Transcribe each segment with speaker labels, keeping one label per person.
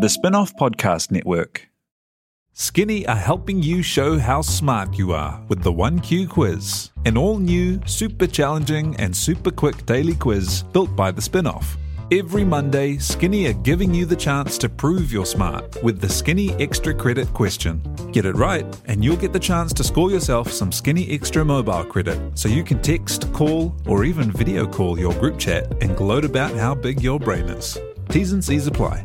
Speaker 1: The Spinoff Podcast Network.
Speaker 2: Skinny are helping you show how smart you are with the 1Q quiz, an all new, super challenging, and super quick daily quiz built by the spinoff. Every Monday, Skinny are giving you the chance to prove you're smart with the Skinny Extra Credit question. Get it right, and you'll get the chance to score yourself some Skinny Extra mobile credit so you can text, call, or even video call your group chat and gloat about how big your brain is. T's and C's apply.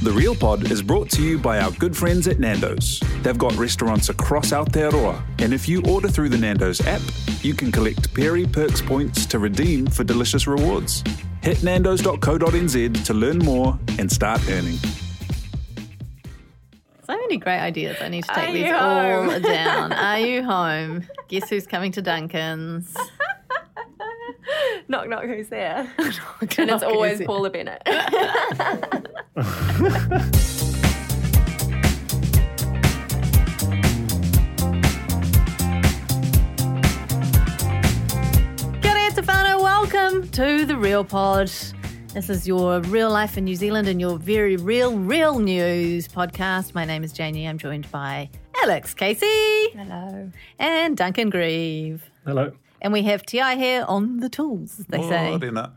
Speaker 1: The Real Pod is brought to you by our good friends at Nando's. They've got restaurants across Aotearoa, and if you order through the Nando's app, you can collect Perry Perks points to redeem for delicious rewards. Hit nandos.co.nz to learn more and start earning.
Speaker 3: So many great ideas. I need to
Speaker 4: Are
Speaker 3: take these
Speaker 4: you
Speaker 3: all
Speaker 4: home?
Speaker 3: down. Are you home? Guess who's coming to Duncan's?
Speaker 4: knock knock who's there and
Speaker 3: Knock,
Speaker 4: it's
Speaker 3: who's
Speaker 4: always
Speaker 3: there?
Speaker 4: paula bennett
Speaker 3: Kia Stefano, welcome to the Real Pod. This is your real life in New Zealand and your very real, real news podcast. My name is Janie. I'm joined by Alex Casey
Speaker 4: hello
Speaker 3: and Duncan Grieve.
Speaker 5: Hello.
Speaker 3: And we have Ti here on the tools, they
Speaker 2: Oh,
Speaker 3: say.
Speaker 2: Morena.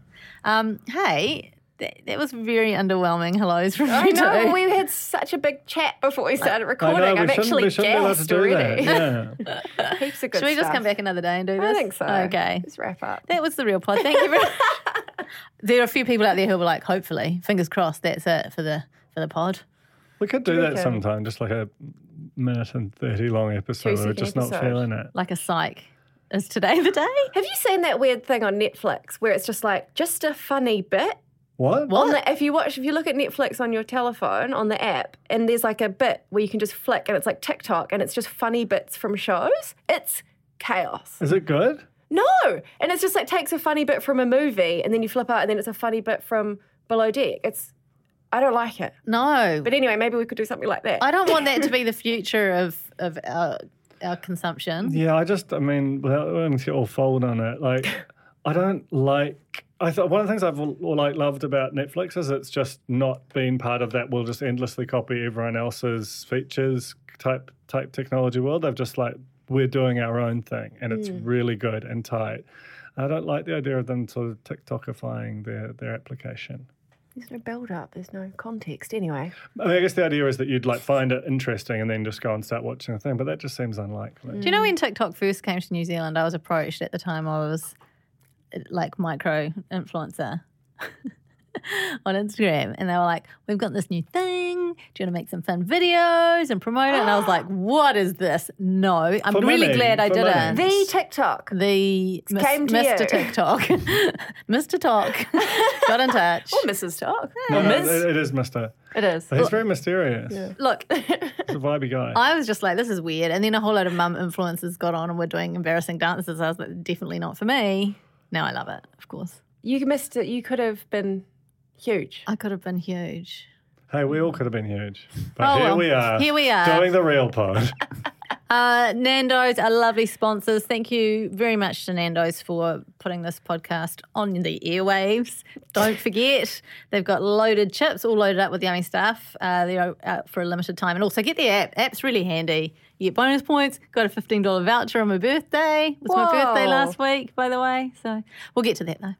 Speaker 3: Um, hey, that, that was very underwhelming hellos from
Speaker 4: i
Speaker 3: you two.
Speaker 4: know we had such a big chat before we started
Speaker 5: I
Speaker 4: recording
Speaker 5: know, we
Speaker 4: i've
Speaker 5: shouldn't,
Speaker 4: actually
Speaker 5: we shouldn't be allowed to
Speaker 4: gassed
Speaker 5: do
Speaker 4: already
Speaker 5: that. Yeah.
Speaker 4: heaps of good
Speaker 3: Should we just
Speaker 4: stuff.
Speaker 3: come back another day and do
Speaker 4: i
Speaker 3: this?
Speaker 4: think so
Speaker 3: Okay.
Speaker 4: let's wrap up
Speaker 3: That was the real pod. Thank you very much. there are a few people out there who were like, hopefully, fingers crossed, that's it for the for the pod.
Speaker 5: we could do that
Speaker 4: reckon?
Speaker 5: sometime, just like a minute and 30 long episode.
Speaker 4: Two-second
Speaker 5: We're just not
Speaker 4: episode.
Speaker 5: feeling it.
Speaker 3: Like a psych. Is today the day?
Speaker 4: have you seen that weird thing on netflix where it's just like just a funny bit
Speaker 5: What?
Speaker 3: What?
Speaker 4: On the, if you watch, if you look at Netflix on your telephone on the app, and there's like a bit where you can just flick, and it's like TikTok, and it's just funny bits from shows. It's chaos.
Speaker 5: Is it good?
Speaker 4: No, and it's just like takes a funny bit from a movie, and then you flip out, and then it's a funny bit from Below Deck. It's, I don't like it.
Speaker 3: No.
Speaker 4: But anyway, maybe we could do something like that.
Speaker 3: I don't want that to be the future of, of our, our consumption.
Speaker 5: Yeah, I just, I mean, without wanting to get all fold on it, like, I don't like. I thought one of the things I've l- like loved about Netflix is it's just not been part of that. We'll just endlessly copy everyone else's features type type technology world. They've just like we're doing our own thing, and it's really good and tight. I don't like the idea of them sort of TikTokifying their their application.
Speaker 4: there's no build up. There's no context. Anyway,
Speaker 5: I, mean, I guess the idea is that you'd like find it interesting and then just go and start watching the thing, but that just seems unlikely.
Speaker 3: Do you know when TikTok first came to New Zealand, I was approached at the time I was uh, like micro influencer on Instagram. And they were like, We've got this new thing. Do you want to make some fun videos and promote it? And I was like, What is this? No. I'm
Speaker 5: For
Speaker 3: really
Speaker 5: money,
Speaker 3: glad I
Speaker 5: for
Speaker 3: didn't.
Speaker 5: money.
Speaker 4: the TikTok.
Speaker 3: The mis-
Speaker 4: Came to
Speaker 3: Mr.
Speaker 4: you.
Speaker 3: TikTok. Mr. Talk got in touch.
Speaker 4: Mrs. Talk.
Speaker 5: No, no, it- it is Mister.
Speaker 4: It is.
Speaker 5: He's very mysterious.
Speaker 3: Look,
Speaker 5: He's a vibey guy.
Speaker 3: I was just like, this is weird. And then a whole lot of mum influencers got on and were doing embarrassing dances. I was like, definitely not for me. Now I love it, of course.
Speaker 4: You missed it. You could have been huge.
Speaker 3: I could have been huge.
Speaker 5: Hey, we all could have been huge. But
Speaker 3: Oh,
Speaker 5: here
Speaker 3: well.
Speaker 5: we are.
Speaker 3: Here we are.
Speaker 5: Doing the real pod.
Speaker 3: Uh, Nando's are lovely sponsors. Thank you very much to Nando's for putting this podcast on the airwaves. Don't forget, they've got loaded chips, all loaded up with yummy stuff. Uh, they're out for a limited time. And also, get the app. App's really handy. You get bonus points. Got a $15 voucher on my birthday. It was my
Speaker 4: Whoa.
Speaker 3: birthday last week, by the way. So we'll get to that, though.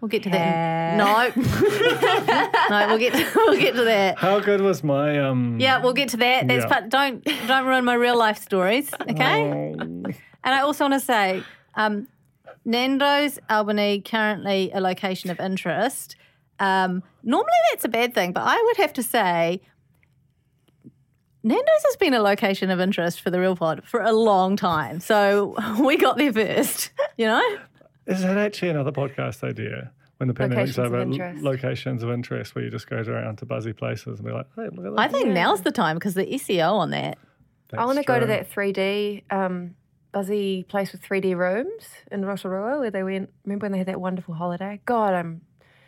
Speaker 3: We'll get to that. No. no, we'll get, we'll get to that.
Speaker 5: How good was my um
Speaker 3: Yeah, we'll get to that. That's
Speaker 5: Yeah.
Speaker 3: part, don't don't ruin my real life stories, okay? And I also want to say, um, Nando's Albany currently a location of interest. Um, normally that's a bad thing, but I would have to say. Nando's has been a location of interest for the Real Pod for a long time. So we got there first, you know?
Speaker 5: is that actually another podcast idea? when the pandemic's
Speaker 4: Locations of
Speaker 5: over, l-
Speaker 4: interest.
Speaker 5: locations of interest where you just go around to buzzy places and be like, hey, look at that.
Speaker 3: I think now's the time because the SEO on that.
Speaker 4: I want to
Speaker 5: That's
Speaker 4: go to
Speaker 5: true.
Speaker 4: that 3D um, buzzy place with 3D rooms in Rotorua where they went. Remember when they had that wonderful holiday? God, I'm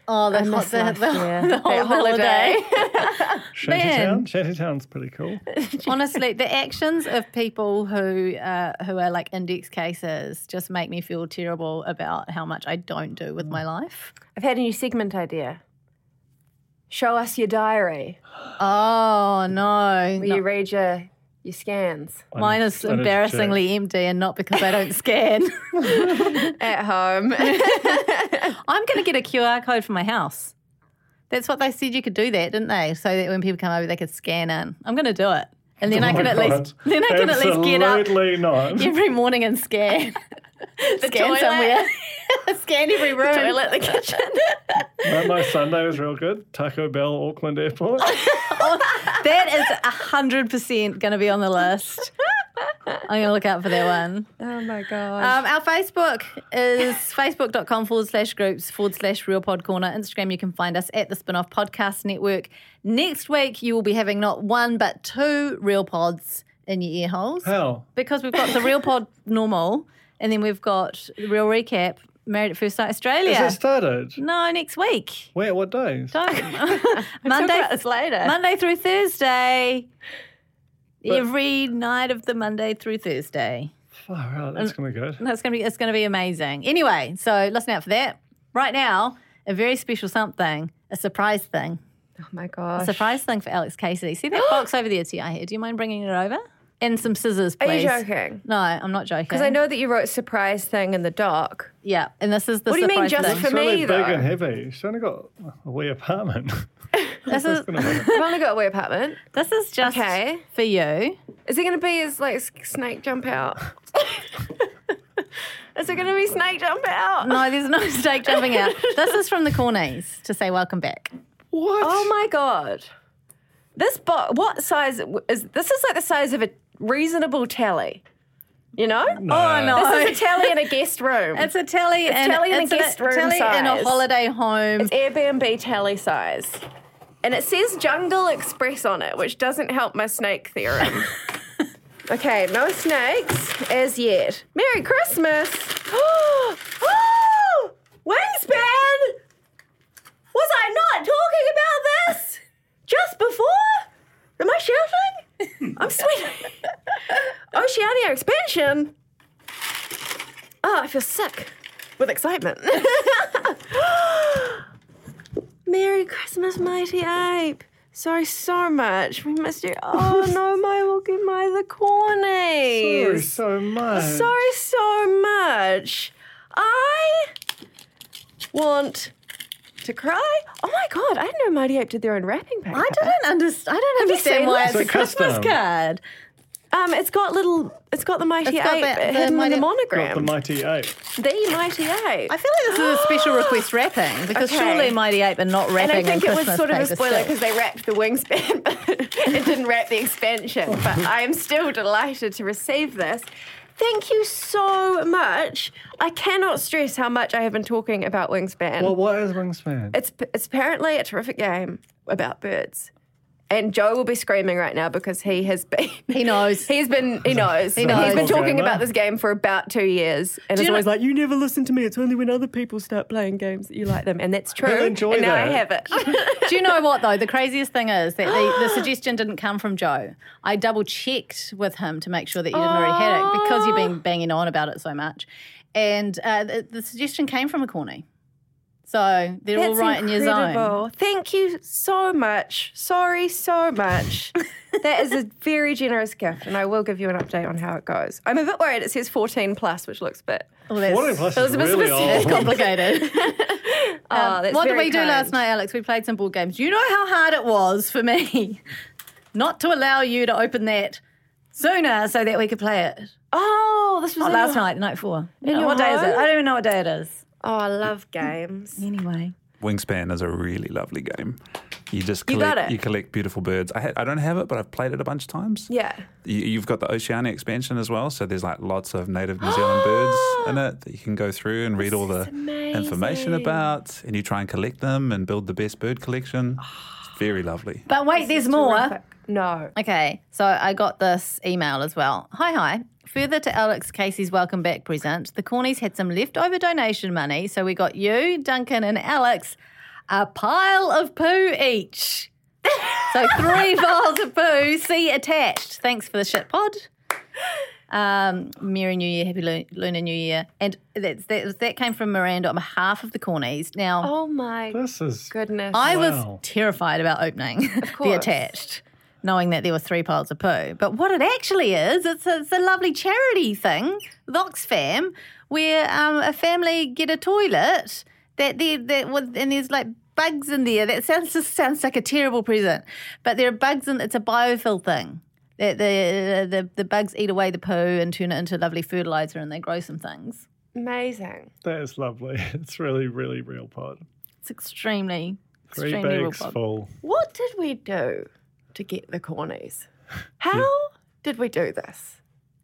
Speaker 3: Oh, the,
Speaker 4: I
Speaker 3: hot,
Speaker 4: miss
Speaker 3: the,
Speaker 4: last
Speaker 3: the,
Speaker 4: year.
Speaker 3: the
Speaker 4: That
Speaker 3: whole
Speaker 4: holiday.
Speaker 3: holiday.
Speaker 5: Shantytown. Shantytown's pretty cool.
Speaker 3: Honestly, the actions of people who uh, who are like index cases just make me feel terrible about how much I don't do with my life.
Speaker 4: I've had a new segment idea. Show us your diary
Speaker 3: Oh no,
Speaker 4: where
Speaker 3: No.
Speaker 4: you read your your scans
Speaker 3: mine is
Speaker 5: I need to
Speaker 3: embarrassingly empty, and not because I don't scan.
Speaker 4: at home.
Speaker 3: I'm going to get a QR code for my house. That's what they said you could do that, didn't they? So that when people come over, they could scan in. I'm going to do it, and then I
Speaker 5: Oh
Speaker 3: can
Speaker 5: my
Speaker 3: at
Speaker 5: God.
Speaker 3: least then I can at least get up
Speaker 5: Absolutely not.
Speaker 3: every morning and scan. scan
Speaker 4: toilet.
Speaker 3: somewhere. scan every room.
Speaker 4: toilet, the kitchen.
Speaker 5: My- my Sunday was real good. Taco Bell, Auckland Airport.
Speaker 3: That is hundred percent going to be on the list. I'm going to look out for that one.
Speaker 4: oh my god.
Speaker 3: Um, our Facebook is facebook.com forward slash groups forward slash real pod corner. Instagram, you can find us at the Spinoff Podcast Network. Next week, you will be having not one but two real pods in your ear holes
Speaker 5: How?
Speaker 3: because we've got the real pod normal and then we've got the real recap Married at First Sight Australia.
Speaker 5: Has it started?
Speaker 3: no, next week.
Speaker 5: Where? What days?
Speaker 3: Don't. Monday,
Speaker 4: about this later.
Speaker 3: Monday through Thursday. every night of the Monday through Thursday.
Speaker 5: Far out. Oh, That's gonna be good.
Speaker 3: That's gonna be it's gonna be amazing. Anyway, so listen out for that. Right now, a very special something, a surprise thing,
Speaker 4: oh my god.
Speaker 3: a surprise thing for Alex Casey. See that box over there to your head? Do you mind bringing it over? And some scissors,
Speaker 4: Are you
Speaker 3: please.
Speaker 4: joking?
Speaker 3: No, I'm not joking.
Speaker 4: Because I know that you wrote surprise thing in the doc.
Speaker 3: Yeah, and this is the.
Speaker 4: What do you mean,
Speaker 3: surprise
Speaker 4: just
Speaker 3: thing.
Speaker 4: for
Speaker 5: it's really
Speaker 4: me,
Speaker 5: big
Speaker 4: though.
Speaker 5: and heavy. She's only got a wee apartment.
Speaker 3: This is
Speaker 4: I've only got a wee apartment.
Speaker 3: this is just
Speaker 4: Okay.
Speaker 3: for you.
Speaker 4: Is it going to be as like s- snake jump out? Is it going to be snake jump out?
Speaker 3: No, there's no snake jumping out. This is from the Cornies to say welcome back.
Speaker 5: what?
Speaker 4: Oh my god! This box. What size is this? Is like the size of a reasonable tally. You know?
Speaker 3: Oh no!
Speaker 4: This is a tally in a guest room.
Speaker 3: It's a telly and
Speaker 4: telly in a
Speaker 3: it's
Speaker 4: guest room
Speaker 3: telly in a
Speaker 4: size.
Speaker 3: holiday home.
Speaker 4: It's Airbnb tally size. And it says Jungle Express on it, which doesn't help my snake theorem. okay, no snakes as yet. Merry Christmas! oh! Wingspan! Was I not talking about this just before? Am I shouting? I'm sweating. Oceania expansion. Oh, I feel sick with excitement. Merry Christmas, mighty ape. Sorry so much. We missed you. Oh no, my Milky My the
Speaker 5: Sorry
Speaker 4: cornies.
Speaker 5: so much.
Speaker 4: Sorry so much. I want to cry. Oh my god, I didn't know Mighty Ape did their own wrapping paper.
Speaker 3: I don't understand. I don't understand
Speaker 4: seen
Speaker 3: why it's
Speaker 4: this?
Speaker 3: a
Speaker 5: It's a
Speaker 3: Christmas
Speaker 5: custom.
Speaker 3: card.
Speaker 4: Um, it's got little. It's got the Mighty
Speaker 3: It's got
Speaker 4: Ape
Speaker 3: the- the
Speaker 4: hidden in
Speaker 3: Mighty-
Speaker 4: the
Speaker 5: Got
Speaker 4: monogram.
Speaker 5: the mighty ape.
Speaker 4: The, Mighty Ape.
Speaker 3: I feel like this is a special request wrapping because
Speaker 4: Okay.
Speaker 3: surely Mighty Ape are not
Speaker 4: and
Speaker 3: wrapping.
Speaker 4: I think
Speaker 3: in
Speaker 4: it was
Speaker 3: Christmas
Speaker 4: sort of a
Speaker 3: paper
Speaker 4: spoiler
Speaker 3: still.
Speaker 4: because they wrapped the wingspan. but it didn't wrap the expansion, but I am still delighted to receive this. Thank you so much. I cannot stress how much I have been talking about Wingspan.
Speaker 5: Well, what is wingspan?
Speaker 4: It's, it's apparently a terrific game about birds. And Joe will be screaming right now because he has been.
Speaker 3: He knows.
Speaker 4: He's been. He knows. He
Speaker 3: knows.
Speaker 4: has been talking
Speaker 5: Gamer.
Speaker 4: about this game for about two years, and it's
Speaker 3: you
Speaker 4: always
Speaker 3: know-
Speaker 4: like, "You never listen to me. It's only when other people start playing games that you like them," and that's true.
Speaker 5: enjoy
Speaker 4: and now I have
Speaker 5: that.
Speaker 4: it.
Speaker 3: Do you know what though? The craziest thing is that the, the suggestion didn't come from Joe. I double checked with him to make sure that you didn't already had it because you've
Speaker 4: Oh.
Speaker 3: been banging on about it so much, and uh, the, the suggestion came from a corny. So they're all
Speaker 4: That's
Speaker 3: right in your zone.
Speaker 4: incredible. Thank you so much. Sorry so much. that is a very generous gift, and I will give you an update on how it goes. I'm a bit worried. It says 14 plus, which looks a bit.
Speaker 3: Well, that's-
Speaker 5: What plus is
Speaker 4: Elizabeth's
Speaker 5: really
Speaker 3: It's
Speaker 5: old.
Speaker 3: complicated.
Speaker 4: Oh, that's
Speaker 3: what did
Speaker 4: very
Speaker 3: we do
Speaker 4: kind.
Speaker 3: last night, Alex? We played some board games. You know how hard it was for me not to allow you to open that sooner so that we could play it.
Speaker 4: Oh, this was
Speaker 3: Not
Speaker 4: in
Speaker 3: last
Speaker 4: your-
Speaker 3: night, night four.
Speaker 4: In your
Speaker 3: what day is it?
Speaker 4: home?
Speaker 3: I don't even know what day it is.
Speaker 4: Oh, I love games.
Speaker 3: Anyway.
Speaker 2: Wingspan is a really lovely game. You just
Speaker 4: You
Speaker 2: collect,
Speaker 4: got it.
Speaker 2: collect beautiful birds. I, ha- I don't have it, but I've played it a bunch of times.
Speaker 4: Yeah.
Speaker 2: You, you've got the Oceania expansion as well, so there's like lots of native New Zealand birds in it that you can go through and read all the information about, and you try and collect them and build the best bird collection. It's very lovely.
Speaker 3: But wait, there's more.
Speaker 4: No.
Speaker 3: Okay, so I got this email as well. Hi, hi. Further to Alex Casey's welcome back present, the Cornies had some leftover donation money, so we got you, Duncan, and Alex a pile of poo each. so three vials of poo, see attached. Thanks for the shit pod. Um, Merry New Year, Happy Lu- Lunar New Year, and that, that that came from Miranda on behalf of the Cornies. Now,
Speaker 4: Oh my
Speaker 5: This is
Speaker 4: goodness.
Speaker 3: I was
Speaker 5: Wow.
Speaker 3: terrified about opening the
Speaker 4: course.
Speaker 3: attached, knowing that there were three piles of poo. But what it actually is, it's a, it's a lovely charity thing, Voxfam, where um, a family get a toilet that they that was and there's like bugs in there. That sounds just sounds like a terrible present, but there are bugs in. It's a biofil thing. That the, the the bugs eat away the poo and turn it into lovely fertilizer, and they grow some things.
Speaker 4: amazing.
Speaker 5: that is lovely. It's really, really real pod.
Speaker 3: It's extremely
Speaker 5: Three
Speaker 3: extremely
Speaker 5: bags
Speaker 3: robust.
Speaker 5: full.
Speaker 4: What did we do to get the Cornies? How did we do this?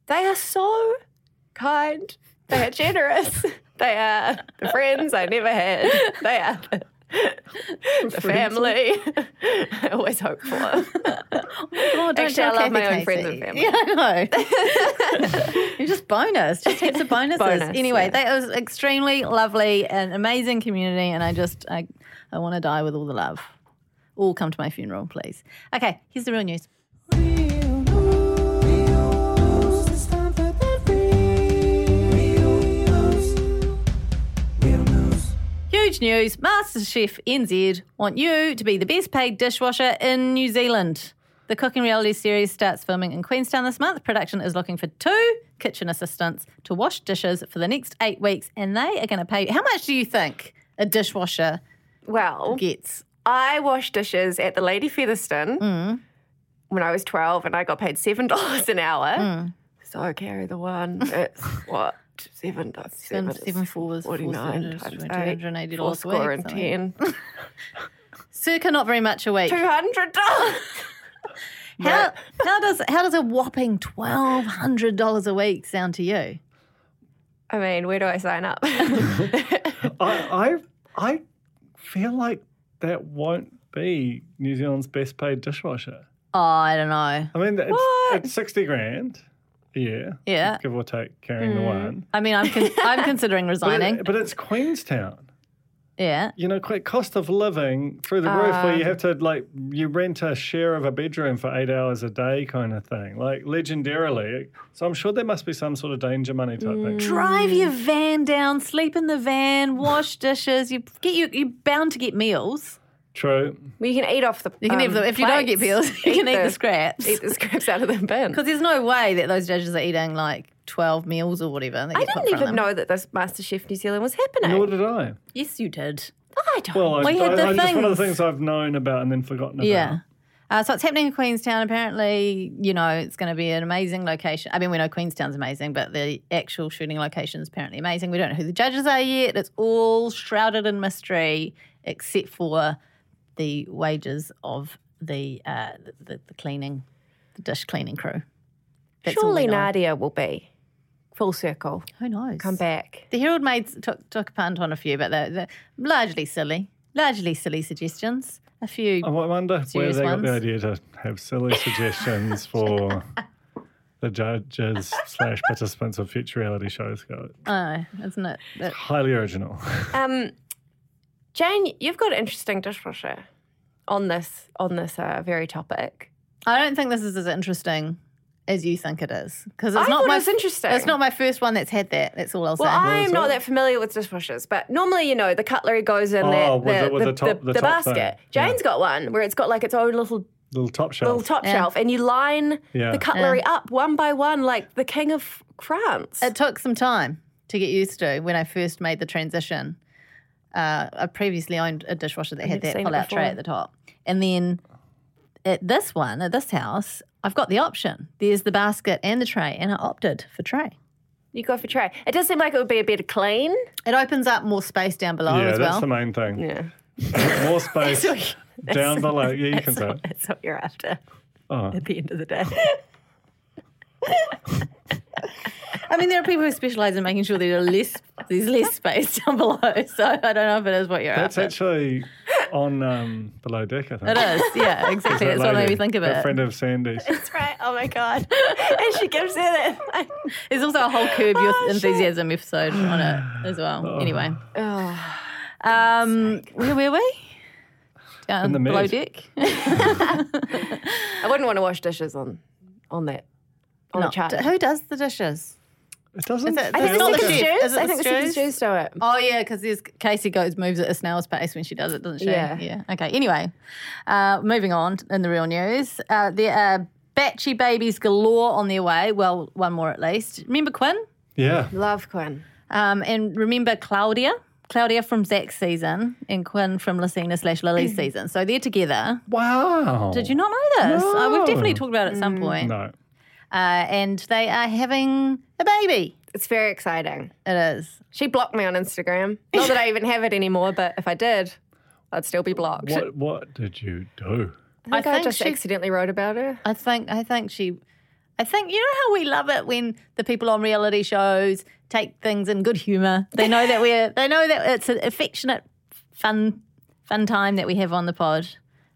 Speaker 4: They are so kind. They are generous. they are the friends I never had. They are the, the family I always hope for.
Speaker 3: Oh, don't
Speaker 4: Actually,
Speaker 3: tell
Speaker 4: I
Speaker 3: Kathy
Speaker 4: love my own friends
Speaker 3: Casey.
Speaker 4: and family.
Speaker 3: Yeah, I know. You're just bonus, just heaps of bonuses.
Speaker 4: Bonus,
Speaker 3: anyway,
Speaker 4: yeah.
Speaker 3: that was extremely lovely and amazing community, and I just I, I want to die with all the love. All come to my funeral, please. Okay, here's the real news. Huge news! MasterChef NZ want you to be the best paid dishwasher in New Zealand. The cooking reality series starts filming in Queenstown this month. Production is looking for two kitchen assistants to wash dishes for the next eight weeks, and they are going to pay. How much do you think a dishwasher
Speaker 4: Well,
Speaker 3: gets?
Speaker 4: I washed dishes at the Lady Featherstone
Speaker 3: Mm.
Speaker 4: when I was 12 and I got paid $7 an hour.
Speaker 3: Mm.
Speaker 4: So carry the one. It's what? Seven dollars.
Speaker 3: Seven- seven fours, four
Speaker 4: 49
Speaker 3: cents,
Speaker 4: times
Speaker 3: twenty-
Speaker 4: eight,
Speaker 3: 280
Speaker 4: four
Speaker 3: dollars a week,
Speaker 4: score and
Speaker 3: something.
Speaker 4: ten.
Speaker 3: Circa, not very much a week.
Speaker 4: Two hundred dollars.
Speaker 3: How, how does how does a whopping twelve hundred dollars a week sound to you?
Speaker 4: I mean, where do I sign up?
Speaker 5: I, I, I feel like that won't be New Zealand's best paid dishwasher.
Speaker 3: Oh, I don't know.
Speaker 5: I mean, it's,
Speaker 4: What?
Speaker 5: it's 60 grand a year,
Speaker 3: Yeah,
Speaker 5: give or take, carrying the
Speaker 4: Mm.
Speaker 5: one.
Speaker 3: I mean, I'm con- I'm considering
Speaker 5: But,
Speaker 3: resigning.
Speaker 5: it, but it's Queenstown.
Speaker 3: Yeah,
Speaker 5: You know, quite cost of living through the roof where
Speaker 3: Um,
Speaker 5: you have to, like, you rent a share of a bedroom for eight hours a day kind of thing, like, legendarily. So I'm sure there must be some sort of danger money type
Speaker 3: Mm.
Speaker 5: thing.
Speaker 3: drive your van down, sleep in the van, wash dishes. You get you you're bound to get meals.
Speaker 5: True.
Speaker 4: well, you can eat off the.
Speaker 3: You can
Speaker 4: um,
Speaker 3: eat the, if you don't get
Speaker 4: plates.
Speaker 3: meals, you can eat the, scraps.
Speaker 4: Eat the scraps out of the bin.
Speaker 3: Because there's no way that those judges are eating like 12 meals or whatever. that
Speaker 4: I
Speaker 3: get put
Speaker 4: didn't
Speaker 3: in front of
Speaker 4: even
Speaker 3: them.
Speaker 4: know that this MasterChef New Zealand was
Speaker 5: Nor
Speaker 4: happening.
Speaker 5: did I.
Speaker 3: Yes, you did.
Speaker 4: I don't.
Speaker 5: Well, I,
Speaker 3: We had
Speaker 5: I,
Speaker 3: the
Speaker 5: I just one of the
Speaker 3: things.
Speaker 5: things I've known about and then forgotten about.
Speaker 3: Yeah. Uh, so it's happening in Queenstown. Apparently, you know, it's going to be an amazing location. I mean, we know Queenstown's amazing, but the actual shooting location is apparently amazing. We don't know who the judges are yet. It's all shrouded in mystery, except for the wages of the uh, the, the cleaning, the dish cleaning crew. That's all
Speaker 4: Surely
Speaker 3: we know.
Speaker 4: Nadia will be full circle.
Speaker 3: Who knows?
Speaker 4: Come back.
Speaker 3: The Herald Maids took, took a punt on a few, but they're, they're largely silly, largely silly suggestions. A few.
Speaker 5: I wo- wonder where
Speaker 3: Serious
Speaker 5: they got the
Speaker 3: ones.
Speaker 5: idea to have silly suggestions for the judges slash participants of future reality shows. Go.
Speaker 3: Oh, isn't it? That-
Speaker 5: Highly original.
Speaker 4: Um, Jane, you've got an interesting dishwasher on this on this uh, very topic.
Speaker 3: I don't think this is as interesting as you think it is because it's
Speaker 4: I
Speaker 3: not
Speaker 4: thought
Speaker 3: my
Speaker 4: it was interesting.
Speaker 3: It's not my first one that's had that. That's all I'll
Speaker 4: Well,
Speaker 3: say.
Speaker 4: I am
Speaker 5: is
Speaker 4: not
Speaker 5: it?
Speaker 4: that familiar with dishwashers, but normally, you know, the cutlery goes in
Speaker 5: Oh,
Speaker 4: that-
Speaker 5: with
Speaker 4: the,
Speaker 5: the- with
Speaker 4: the,
Speaker 5: the top-
Speaker 4: the-
Speaker 5: the
Speaker 4: the
Speaker 5: top
Speaker 4: basket.
Speaker 5: thing. Yeah.
Speaker 4: Jane's got one where it's got like its own little
Speaker 5: Little top
Speaker 4: little
Speaker 5: shelf.
Speaker 4: top shelf, and you line
Speaker 5: Yeah.
Speaker 4: the cutlery up one by one, like the king of France.
Speaker 3: it took some time to get used to when I first made the transition. Uh, I previously owned a dishwasher that had
Speaker 4: never
Speaker 3: that
Speaker 4: seen it
Speaker 3: pull-out tray
Speaker 4: before.
Speaker 3: at the top, and then at this one, at this house, I've got the option. There's the basket and the tray, and I opted for tray.
Speaker 4: you go for tray. It does seem like it would be a better clean.
Speaker 3: It opens up more space down below
Speaker 5: yeah,
Speaker 3: as
Speaker 5: that's
Speaker 3: well.
Speaker 5: the main thing.
Speaker 4: Yeah.
Speaker 5: More space down below. Yeah, you can say it.
Speaker 4: That's what you're after
Speaker 5: Oh.
Speaker 4: at the end of the day.
Speaker 3: I mean, there are people who specialize in making sure there are less, there's less space down below. So I don't know if it is what you're
Speaker 5: That's
Speaker 3: after.
Speaker 5: actually on um, below deck, I think.
Speaker 3: it is. Yeah, exactly. That's what made me think of
Speaker 5: A
Speaker 3: it.
Speaker 5: friend of Sandy's.
Speaker 4: That's right. Oh my god. and she gives her that. like,
Speaker 3: There's also a whole Curb Your
Speaker 4: Oh, shit.
Speaker 3: Enthusiasm episode on it as well. Anyway,
Speaker 4: oh,
Speaker 3: um, where were we? Down
Speaker 5: In the
Speaker 3: below
Speaker 5: mid.
Speaker 3: deck.
Speaker 4: I wouldn't want to wash dishes on on that on
Speaker 3: No.
Speaker 4: a chart.
Speaker 3: D- Who does the dishes?
Speaker 5: It
Speaker 3: it-
Speaker 5: doesn't.
Speaker 4: I think
Speaker 3: Not the
Speaker 4: the secret
Speaker 3: stew.
Speaker 4: Jews.
Speaker 3: Is it
Speaker 4: I
Speaker 3: the
Speaker 4: think the secret
Speaker 3: stews?
Speaker 4: Jews do it.
Speaker 3: Oh yeah, because there's Casey goes moves at a snail's pace when she does it, doesn't she?
Speaker 4: Yeah.
Speaker 3: Yeah. Okay. Anyway, uh, moving on in the real news, uh, there are batchy babies galore on their way. Well, one more at least. Remember Quinn,
Speaker 5: yeah.
Speaker 4: Love Quinn.
Speaker 3: um, and remember Claudia. Claudia from Zach's season and Quinn from Lucina slash Lily's season. So they're together.
Speaker 5: Wow.
Speaker 3: Did you not know this? Uh, we've
Speaker 5: Mm. No. Mm.
Speaker 3: definitely talked about it at some point.
Speaker 5: No.
Speaker 3: Uh, and they are having a baby.
Speaker 4: It's very exciting.
Speaker 3: It is.
Speaker 4: She blocked me on Instagram. Not that I even have it anymore, but if I did, I'd still be blocked.
Speaker 5: What What did you do?
Speaker 4: I think I,
Speaker 3: think
Speaker 4: just
Speaker 3: she-
Speaker 4: accidentally wrote about her.
Speaker 3: I think I think she I think you know how we love it when the people on reality shows take things in good humor. They know that we're they know that it's an affectionate fun fun time that we have on the pod.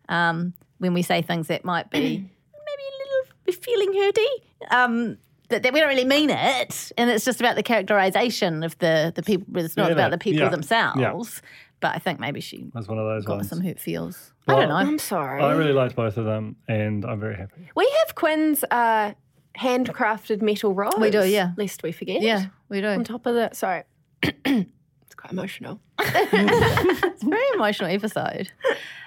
Speaker 3: Um, when we say things that might be maybe a little feeling hurty. Um that, that we don't really mean it, and it's just about the characterization of the the people. It's not
Speaker 5: Yeah,
Speaker 3: about
Speaker 5: that-
Speaker 3: the people
Speaker 5: yeah, yeah.
Speaker 3: themselves, but I think maybe she
Speaker 5: That's one of those
Speaker 3: got
Speaker 5: ones.
Speaker 3: some hurt feels. I
Speaker 5: Well,
Speaker 3: don't know.
Speaker 4: Oh, I'm sorry.
Speaker 5: I really liked both of them, and I'm very happy.
Speaker 4: We have Quinn's uh, handcrafted metal rose.
Speaker 3: We do, yeah.
Speaker 4: Lest we forget.
Speaker 3: yeah, we do.
Speaker 4: On top of that, sorry. it's quite emotional.
Speaker 3: Very emotional episode.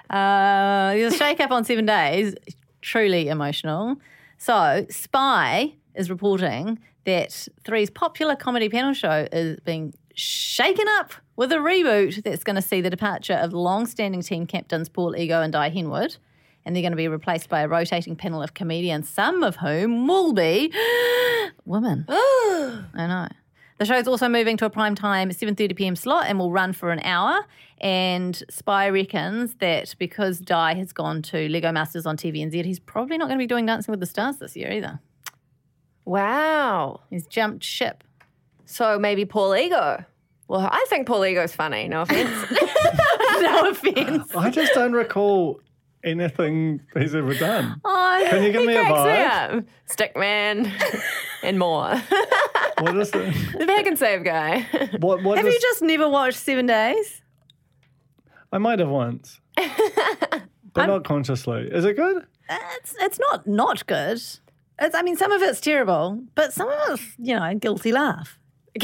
Speaker 3: Uh, there's a shake up on seven days, truly emotional. So, Spy is reporting that Three's popular comedy panel show is being shaken up with a reboot that's going to see the departure of long standing team captains Paul Ego and Di Henwood. And they're going to be replaced by a rotating panel of comedians, some of whom will be women. I know. The show's also moving to a prime time 7:30 p.m. slot and will run for an hour. And Spy reckons that because Di has gone to Lego Masters on TVNZ, he's probably not going to be doing Dancing with the Stars this year either.
Speaker 4: Wow.
Speaker 3: He's jumped ship.
Speaker 4: So maybe Paul Ego. Well, I think Paul Ego's funny. No offense.
Speaker 3: no offense.
Speaker 5: I just don't recall anything he's ever done. Can
Speaker 3: Oh,
Speaker 5: you give me a vibe?
Speaker 4: yeah. Stickman and more.
Speaker 5: What is it?
Speaker 4: the bag and save guy.
Speaker 5: What, what
Speaker 3: have
Speaker 5: is-
Speaker 3: you just never watched Seven Days?
Speaker 5: I might have once, but not consciously. Is it good?
Speaker 3: It's it's not not good. It's, I mean, some of it's terrible, but some of it's you know guilty laugh.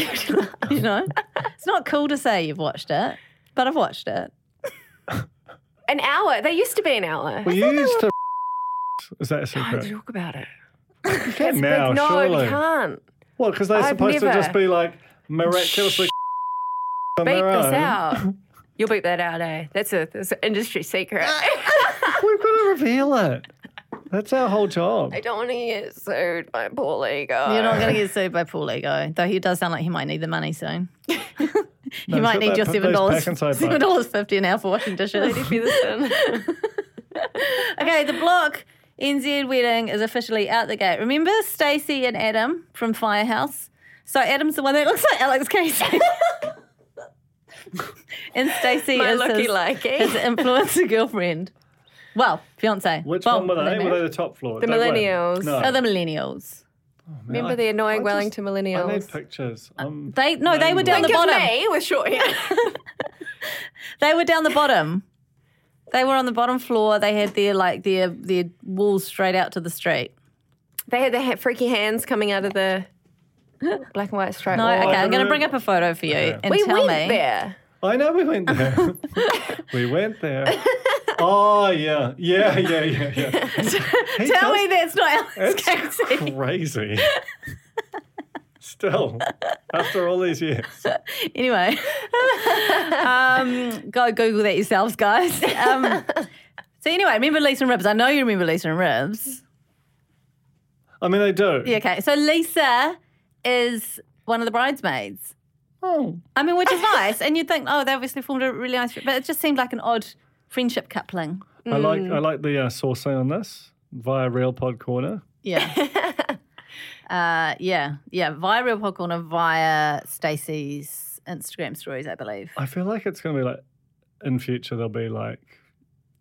Speaker 3: you know, it's not cool to say you've watched it, but I've watched it.
Speaker 4: an hour. They used to be an hour.
Speaker 5: Well, you used to. Is that a
Speaker 4: Don't
Speaker 5: secret?
Speaker 4: talk about it.
Speaker 5: You can now,
Speaker 4: Big- no,
Speaker 5: surely.
Speaker 4: you can't.
Speaker 5: What? Because they're
Speaker 4: I've
Speaker 5: supposed to
Speaker 4: never-
Speaker 5: just be like miraculously on
Speaker 4: Beat
Speaker 5: their
Speaker 4: this
Speaker 5: own.
Speaker 4: out. You'll beat that out, eh? That's a that's an industry secret.
Speaker 5: We've got to reveal it. That's our whole job.
Speaker 4: I don't want to get sued by Paul Ego.
Speaker 3: You're not
Speaker 5: Uh,
Speaker 3: going to get sued by Paul Ego, though he does sound like he might need the money soon.
Speaker 5: No,
Speaker 3: He might
Speaker 5: put
Speaker 3: need
Speaker 5: that-
Speaker 3: your
Speaker 5: put
Speaker 3: seven dollars,
Speaker 5: those back inside,
Speaker 3: seven
Speaker 5: mate.
Speaker 3: dollars fifty an hour for washing dishes. okay, the block NZ wedding is officially out the gate. Remember Stacey and Adam from Firehouse? So Adam's the one that looks like Alex Casey, and Stacey
Speaker 4: My
Speaker 3: is
Speaker 4: lucky
Speaker 3: his, his
Speaker 4: likey.
Speaker 3: influencer girlfriend. Well, fiance.
Speaker 5: Which
Speaker 3: Well,
Speaker 5: one were they?
Speaker 3: married.
Speaker 5: Were they the top floor?
Speaker 4: The
Speaker 5: Don't worry.
Speaker 4: millennials.
Speaker 5: No.
Speaker 3: Oh, the millennials.
Speaker 4: Remember the annoying
Speaker 5: I
Speaker 4: Wellington millennials?
Speaker 5: I need pictures. Um,
Speaker 3: They no, they were down
Speaker 4: Think
Speaker 3: the
Speaker 4: of
Speaker 3: bottom.
Speaker 4: me with short hair.
Speaker 3: They were down the bottom. They were on the bottom floor. They had their like their their walls straight out to the street.
Speaker 4: they had the ha- freaky hands coming out of the black and white stripe.
Speaker 3: No,
Speaker 4: wall.
Speaker 3: okay,
Speaker 5: I
Speaker 3: I'm going to
Speaker 5: remember-
Speaker 3: bring up a photo for you and
Speaker 4: we
Speaker 3: tell
Speaker 4: went
Speaker 3: me.
Speaker 4: there.
Speaker 5: I know we went there. we went there. Oh yeah, yeah, yeah, yeah, yeah. He
Speaker 3: Tell
Speaker 5: does
Speaker 3: me that's not Alex
Speaker 5: It's
Speaker 3: Casey.
Speaker 5: crazy. Still, after all these years,
Speaker 3: Anyway, um, go Google that yourselves, guys. Um, so anyway, remember Lisa and Ribs? I know you remember Lisa and Ribs.
Speaker 5: I mean they do.
Speaker 3: Yeah, okay. So Lisa is one of the bridesmaids.
Speaker 4: Oh.
Speaker 3: I mean, which is nice. And you'd think, oh, they obviously formed a really nice, but it just seemed like an odd friendship coupling.
Speaker 5: I like
Speaker 3: Mm.
Speaker 5: I like the uh, sourcing on this via RealPod Corner.
Speaker 3: Yeah. uh, yeah. Yeah. Via Real Pod Corner, via Stacey's Instagram stories, I believe.
Speaker 5: I feel like it's going to be like in future there'll be like,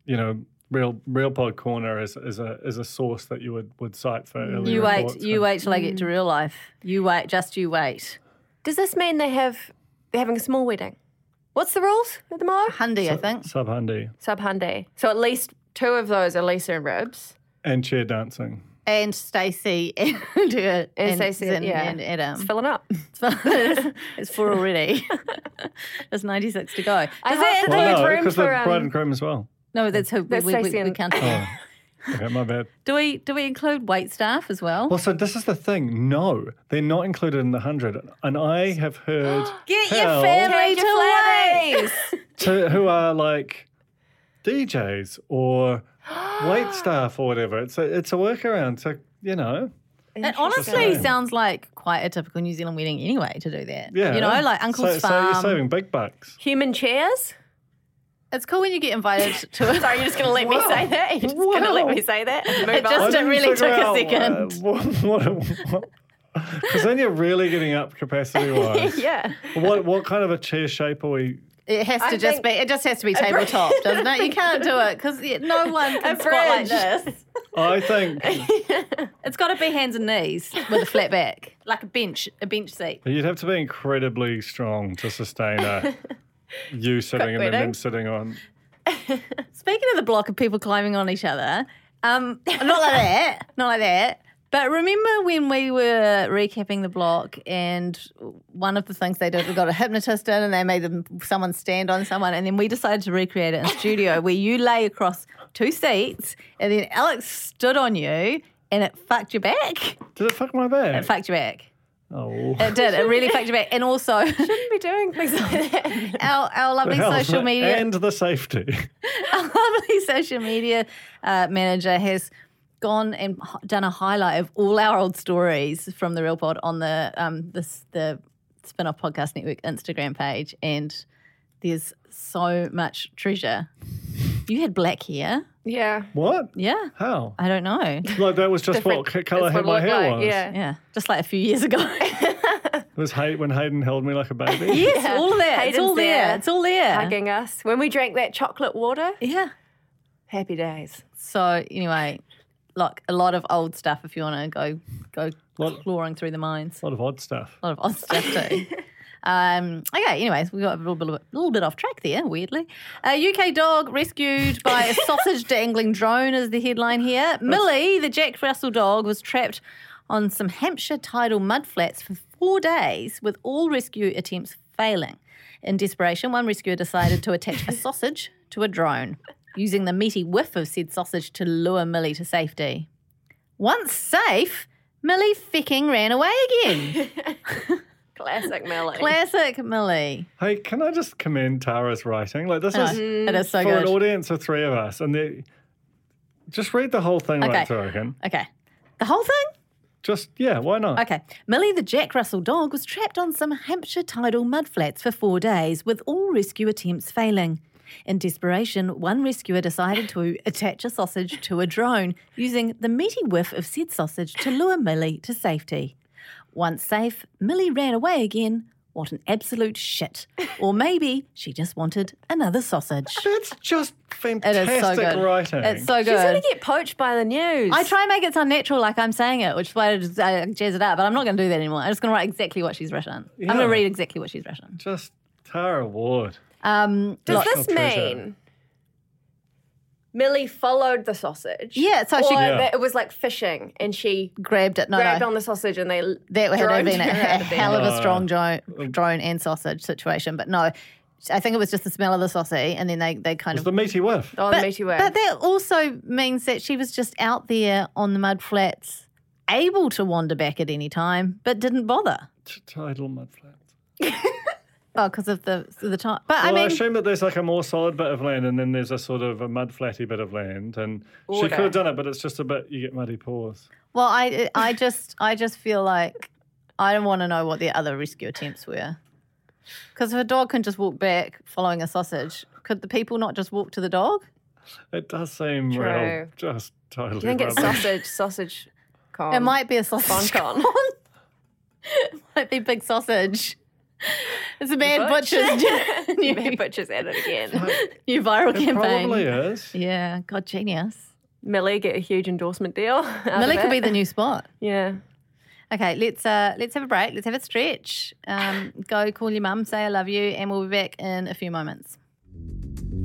Speaker 5: you know, real real pod corner is is a is a source that you would would cite for early
Speaker 3: You wait.
Speaker 5: reports
Speaker 3: You
Speaker 5: and-
Speaker 3: wait till I get
Speaker 4: Mm.
Speaker 3: to real life. You wait. Just you wait.
Speaker 4: Does this mean they have they're having a small wedding? What's the rules at the moment?
Speaker 3: Hundy, I think.
Speaker 5: sub handy
Speaker 4: Sub Hyundai. So at least two of those are Lisa and Robs.
Speaker 5: and chair dancing.
Speaker 3: And Stacey and, and,
Speaker 4: Stacey,
Speaker 3: Zin
Speaker 4: yeah.
Speaker 3: and Adam.
Speaker 4: It's filling up.
Speaker 3: It's full- it's four already. There's 96 to go. Does that
Speaker 4: I hope-
Speaker 3: include-
Speaker 4: Well,
Speaker 5: Well,
Speaker 4: room
Speaker 5: no, because the
Speaker 4: for, um,
Speaker 5: bride and groom as well.
Speaker 3: no, that's who we,
Speaker 4: That's
Speaker 3: we, we,
Speaker 4: Stacey
Speaker 3: we
Speaker 4: and-
Speaker 3: count.
Speaker 5: Oh, okay, my bad.
Speaker 3: Do we do we include wait staff as well?
Speaker 5: Well, so this is the thing. No, they're not included in the hundred, and I have heard
Speaker 3: Get
Speaker 5: tell-
Speaker 3: your family
Speaker 4: Change
Speaker 3: to
Speaker 4: your
Speaker 3: wait.
Speaker 5: to, who are like DJs or wait staff or whatever. It's a it's a workaround. So you know,
Speaker 3: It honestly sounds like quite a typical New Zealand wedding anyway to do that.
Speaker 5: yeah,
Speaker 3: You know, like Uncle's
Speaker 5: so,
Speaker 3: Farm.
Speaker 5: So you're saving big bucks.
Speaker 4: Human chairs?
Speaker 3: It's cool when you get invited to it.
Speaker 4: Sorry, you're just going to let me say that? You're just going to let me say that? Move
Speaker 3: just-
Speaker 5: I
Speaker 4: on.
Speaker 3: It
Speaker 5: didn't
Speaker 3: really
Speaker 5: figure
Speaker 3: took a
Speaker 5: out, uh,
Speaker 3: second.
Speaker 5: what- what- Because then you're really getting up capacity wise.
Speaker 4: Yeah.
Speaker 5: What what kind of a chair shape are we?
Speaker 3: It has to
Speaker 4: I
Speaker 3: just
Speaker 4: think-
Speaker 3: be. It just has to be tabletop, doesn't it? You can't do it because no one can squat like
Speaker 4: bridge.
Speaker 3: this.
Speaker 5: I think
Speaker 3: It's got to be hands and knees with a flat back, like a bench, a bench seat.
Speaker 5: you'd have to be incredibly strong to sustain a you sitting and then them
Speaker 4: wedding.
Speaker 5: sitting on.
Speaker 3: Speaking of the block of people climbing on each other, um, not like that, not like that. But remember when we were recapping the block, and one of the things they did, we got a hypnotist in, and they made them someone stand on someone, and then we decided to recreate it in studio, where you lay across two seats, and then Alex stood on you, and it fucked your back.
Speaker 5: Did it fuck my back?
Speaker 3: It fucked your back.
Speaker 5: oh.
Speaker 3: It did. It really fucked your back. And also,
Speaker 4: Shouldn't be doing things like that.
Speaker 3: our our lovely
Speaker 5: Health
Speaker 3: social media
Speaker 5: and the safety.
Speaker 3: lovely social media uh, manager has gone and h- done a highlight of all our old stories from the Real Pod on the um the s- the Spin Off Podcast Network Instagram page, and there's so much treasure. You had black hair,
Speaker 4: Yeah.
Speaker 5: what?
Speaker 3: yeah.
Speaker 5: How?
Speaker 3: I don't know.
Speaker 5: Like that was just what
Speaker 4: Different-
Speaker 5: color
Speaker 4: that's what it
Speaker 5: my hair
Speaker 4: looked like,
Speaker 5: was.
Speaker 4: Yeah.
Speaker 3: Yeah, just like a few years ago.
Speaker 5: It was Hay- when Hayden held me like a baby.
Speaker 3: yes,
Speaker 4: Yeah.
Speaker 3: all of that. it's
Speaker 4: Hayden's
Speaker 3: all there.
Speaker 4: there.
Speaker 3: It's all there.
Speaker 4: Hugging us. When we drank that chocolate water,
Speaker 3: Yeah.
Speaker 4: happy days.
Speaker 3: So anyway, look, a lot of old stuff. If you want to go go
Speaker 5: Lot-
Speaker 3: clawing through the mines.
Speaker 5: A lot of odd stuff.
Speaker 3: a lot of odd stuff too. Um, okay, anyways, we got a little bit, a little bit off track there, weirdly. A UK dog rescued by a sausage dangling drone is the headline here. Millie, the Jack Russell dog, was trapped on some Hampshire tidal mudflats for four days with all rescue attempts failing. In desperation, one rescuer decided to attach a sausage to a drone, using the meaty whiff of said sausage to lure Millie to safety. Once safe, Millie ficking ran away again.
Speaker 4: Classic Melly.
Speaker 3: Classic Millie.
Speaker 5: Hey, can I just commend Tara's writing? Like
Speaker 3: Oh,
Speaker 5: this is
Speaker 3: It is so
Speaker 5: for an
Speaker 3: good.
Speaker 5: audience of three of us, and they just read the whole thing
Speaker 3: Okay.
Speaker 5: right through again.
Speaker 3: Okay. The whole thing?
Speaker 5: Just yeah, why not?
Speaker 3: Okay. Millie the Jack Russell dog was trapped on some Hampshire tidal mudflats for four days, with all rescue attempts failing. In desperation, one rescuer decided to attach a sausage to a drone, using the meaty whiff of said sausage to lure Millie to safety. Once safe, Millie ran away again. What an absolute shit. Or maybe she just wanted another sausage.
Speaker 5: That's just
Speaker 3: It
Speaker 5: fantastic
Speaker 3: is so good.
Speaker 5: writing.
Speaker 3: It's so good.
Speaker 4: She's going to get poached by the news.
Speaker 3: I try and make it sound natural, like I'm saying it, which is why I just I jazz it up. But I'm not going to do that anymore. I'm just going to write exactly what she's written. I'm going
Speaker 5: Yeah.
Speaker 3: to read exactly what she's written.
Speaker 5: just Tara Ward.
Speaker 3: Um,
Speaker 4: Does
Speaker 3: look,
Speaker 4: this
Speaker 5: National treasure.
Speaker 4: mean Millie followed the sausage?
Speaker 3: Yeah, so
Speaker 4: or
Speaker 3: she-
Speaker 5: Yeah.
Speaker 4: that it was like fishing, and she
Speaker 3: grabbed it. No,
Speaker 4: grabbed
Speaker 3: no.
Speaker 4: on the sausage, and they
Speaker 3: that would have
Speaker 4: droned
Speaker 3: been a,
Speaker 4: her
Speaker 3: a
Speaker 4: out of Uh, there.
Speaker 3: hell of a
Speaker 5: No.
Speaker 3: strong drone, drone and sausage situation. But no, I think it was just the smell of the sausage, and then they, they kind
Speaker 5: It's
Speaker 3: of.
Speaker 5: the meaty whiff.
Speaker 4: on
Speaker 3: but,
Speaker 4: Oh, the meaty way.
Speaker 3: but that also means that she was just out there on the mud flats, able to wander back at any time, but didn't bother.
Speaker 5: T- Tidal mudflat.
Speaker 3: Oh, because of the the time. But
Speaker 5: Well, I,
Speaker 3: I mean,
Speaker 5: assume that there's like a more solid bit of land, and then there's a sort of a mud flatty bit of land, and she
Speaker 4: Order.
Speaker 5: could have done it, but it's just a bit you get muddy paws.
Speaker 3: Well, I I just I just feel like I don't want to know what the other rescue attempts were. Because if a dog can just walk back following a sausage, could the people not just walk to the dog?
Speaker 5: It does seem real,
Speaker 4: True.
Speaker 5: just totally.
Speaker 4: Do you think it's
Speaker 5: rubbish.
Speaker 4: sausage? Sausage con.
Speaker 3: It might be a sausage.
Speaker 4: con.
Speaker 3: con. it might be big sausage. It's a bad
Speaker 4: Butch.
Speaker 3: butcher's new,
Speaker 4: Man, butcher's at it again.
Speaker 3: new viral
Speaker 5: It
Speaker 3: campaign.
Speaker 5: probably is.
Speaker 3: Yeah, God, genius.
Speaker 4: Millie get a huge endorsement deal. out of
Speaker 3: Millie could be
Speaker 4: it.
Speaker 3: the new spot.
Speaker 4: Yeah.
Speaker 3: Okay, let's uh, let's have a break. Let's have a stretch. Um, go call your mum, say I love you, and we'll be back in a few moments.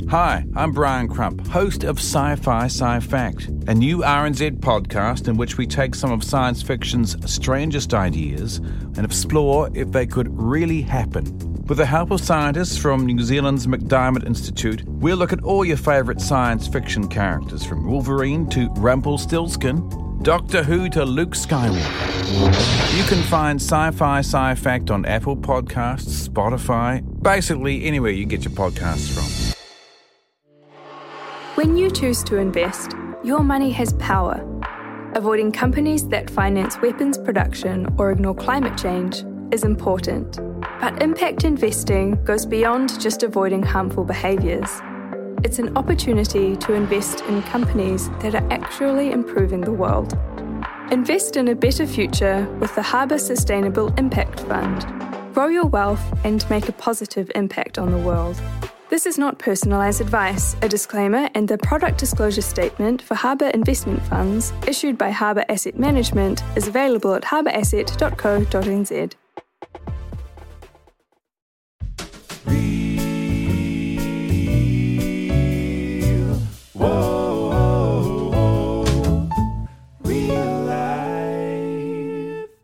Speaker 6: Hi, I'm Brian Crump, host of Sci Fi Sci Fact, a new RNZ podcast in which we take some of science fiction's strangest ideas and explore if they could really happen. With the help of scientists from New Zealand's McDiarmid Institute, we'll look at all your favourite science fiction characters from Wolverine to Rumpelstiltskin, Doctor Who to Luke Skywalker. You can find Sci Fi Sci Fact on Apple Podcasts, Spotify, basically anywhere you get your podcasts from.
Speaker 7: When you choose to invest, your money has power. Avoiding companies that finance weapons production or ignore climate change is important. But impact investing goes beyond just avoiding harmful behaviours. It's an opportunity to invest in companies that are actually improving the world. Invest in a better future with the Harbour Sustainable Impact Fund. Grow your wealth and make a positive impact on the world. This is not personalised advice, a disclaimer, and the product disclosure statement for Harbour Investment Funds issued by Harbour Asset Management is available at harbourasset.co.nz.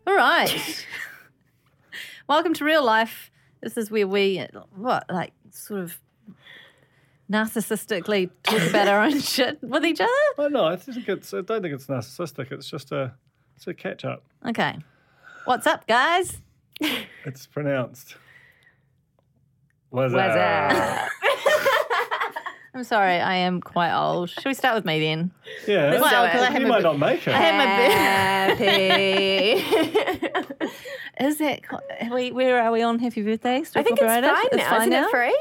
Speaker 3: All right. Welcome to real life. This is where we what like sort of narcissistically talk about our own shit with each other.
Speaker 5: Oh, no, I think it's. I don't think it's narcissistic. It's just a. It's a catch up.
Speaker 3: Okay. What's up, guys?
Speaker 5: It's pronounced. Was
Speaker 4: Where's that?
Speaker 3: I'm sorry, I am quite old. Shall we start with me then?
Speaker 5: Yeah.
Speaker 3: Quite
Speaker 4: do
Speaker 3: old 'cause
Speaker 4: it.
Speaker 3: I have
Speaker 5: you
Speaker 3: a
Speaker 5: might
Speaker 3: bit-
Speaker 5: not make it.
Speaker 3: I have my bit.
Speaker 4: Happy.
Speaker 3: Is that co- are we, where are we on Happy Birthday?
Speaker 4: I think it's fine
Speaker 3: Operator?
Speaker 4: now. Isn't it free?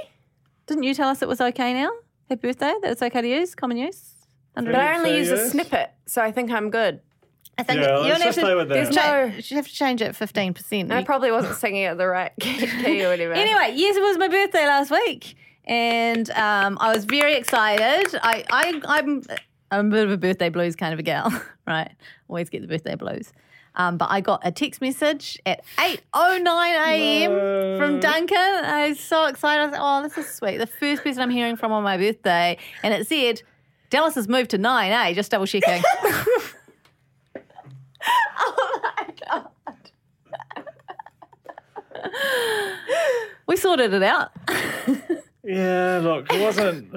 Speaker 3: Didn't you tell us it was okay now? Happy Birthday. That it's okay to use, common use. Under
Speaker 4: But I
Speaker 5: You'd
Speaker 4: only
Speaker 5: say
Speaker 4: use a
Speaker 5: yes?
Speaker 4: snippet, so I think I'm good.
Speaker 3: I think you
Speaker 5: Yeah, let's
Speaker 3: don't have
Speaker 5: just
Speaker 3: to.
Speaker 5: play with that.
Speaker 3: there's No, you have to change it fifteen percent.
Speaker 4: And I probably wasn't singing at the right key or whatever.
Speaker 3: Anyway, yes, it was my birthday last week, and um, I was very excited. I, I, I'm, I'm a bit of a birthday blues kind of a gal, right? Always get the birthday blues. Um, but I got a text message at 8.09 a.m. from Duncan. I was so excited. I was like, oh, this is sweet. The first person I'm hearing from on my birthday. And it said, Dallas has moved to 9A, just double checking. we sorted it out.
Speaker 5: Yeah. Look, it wasn't.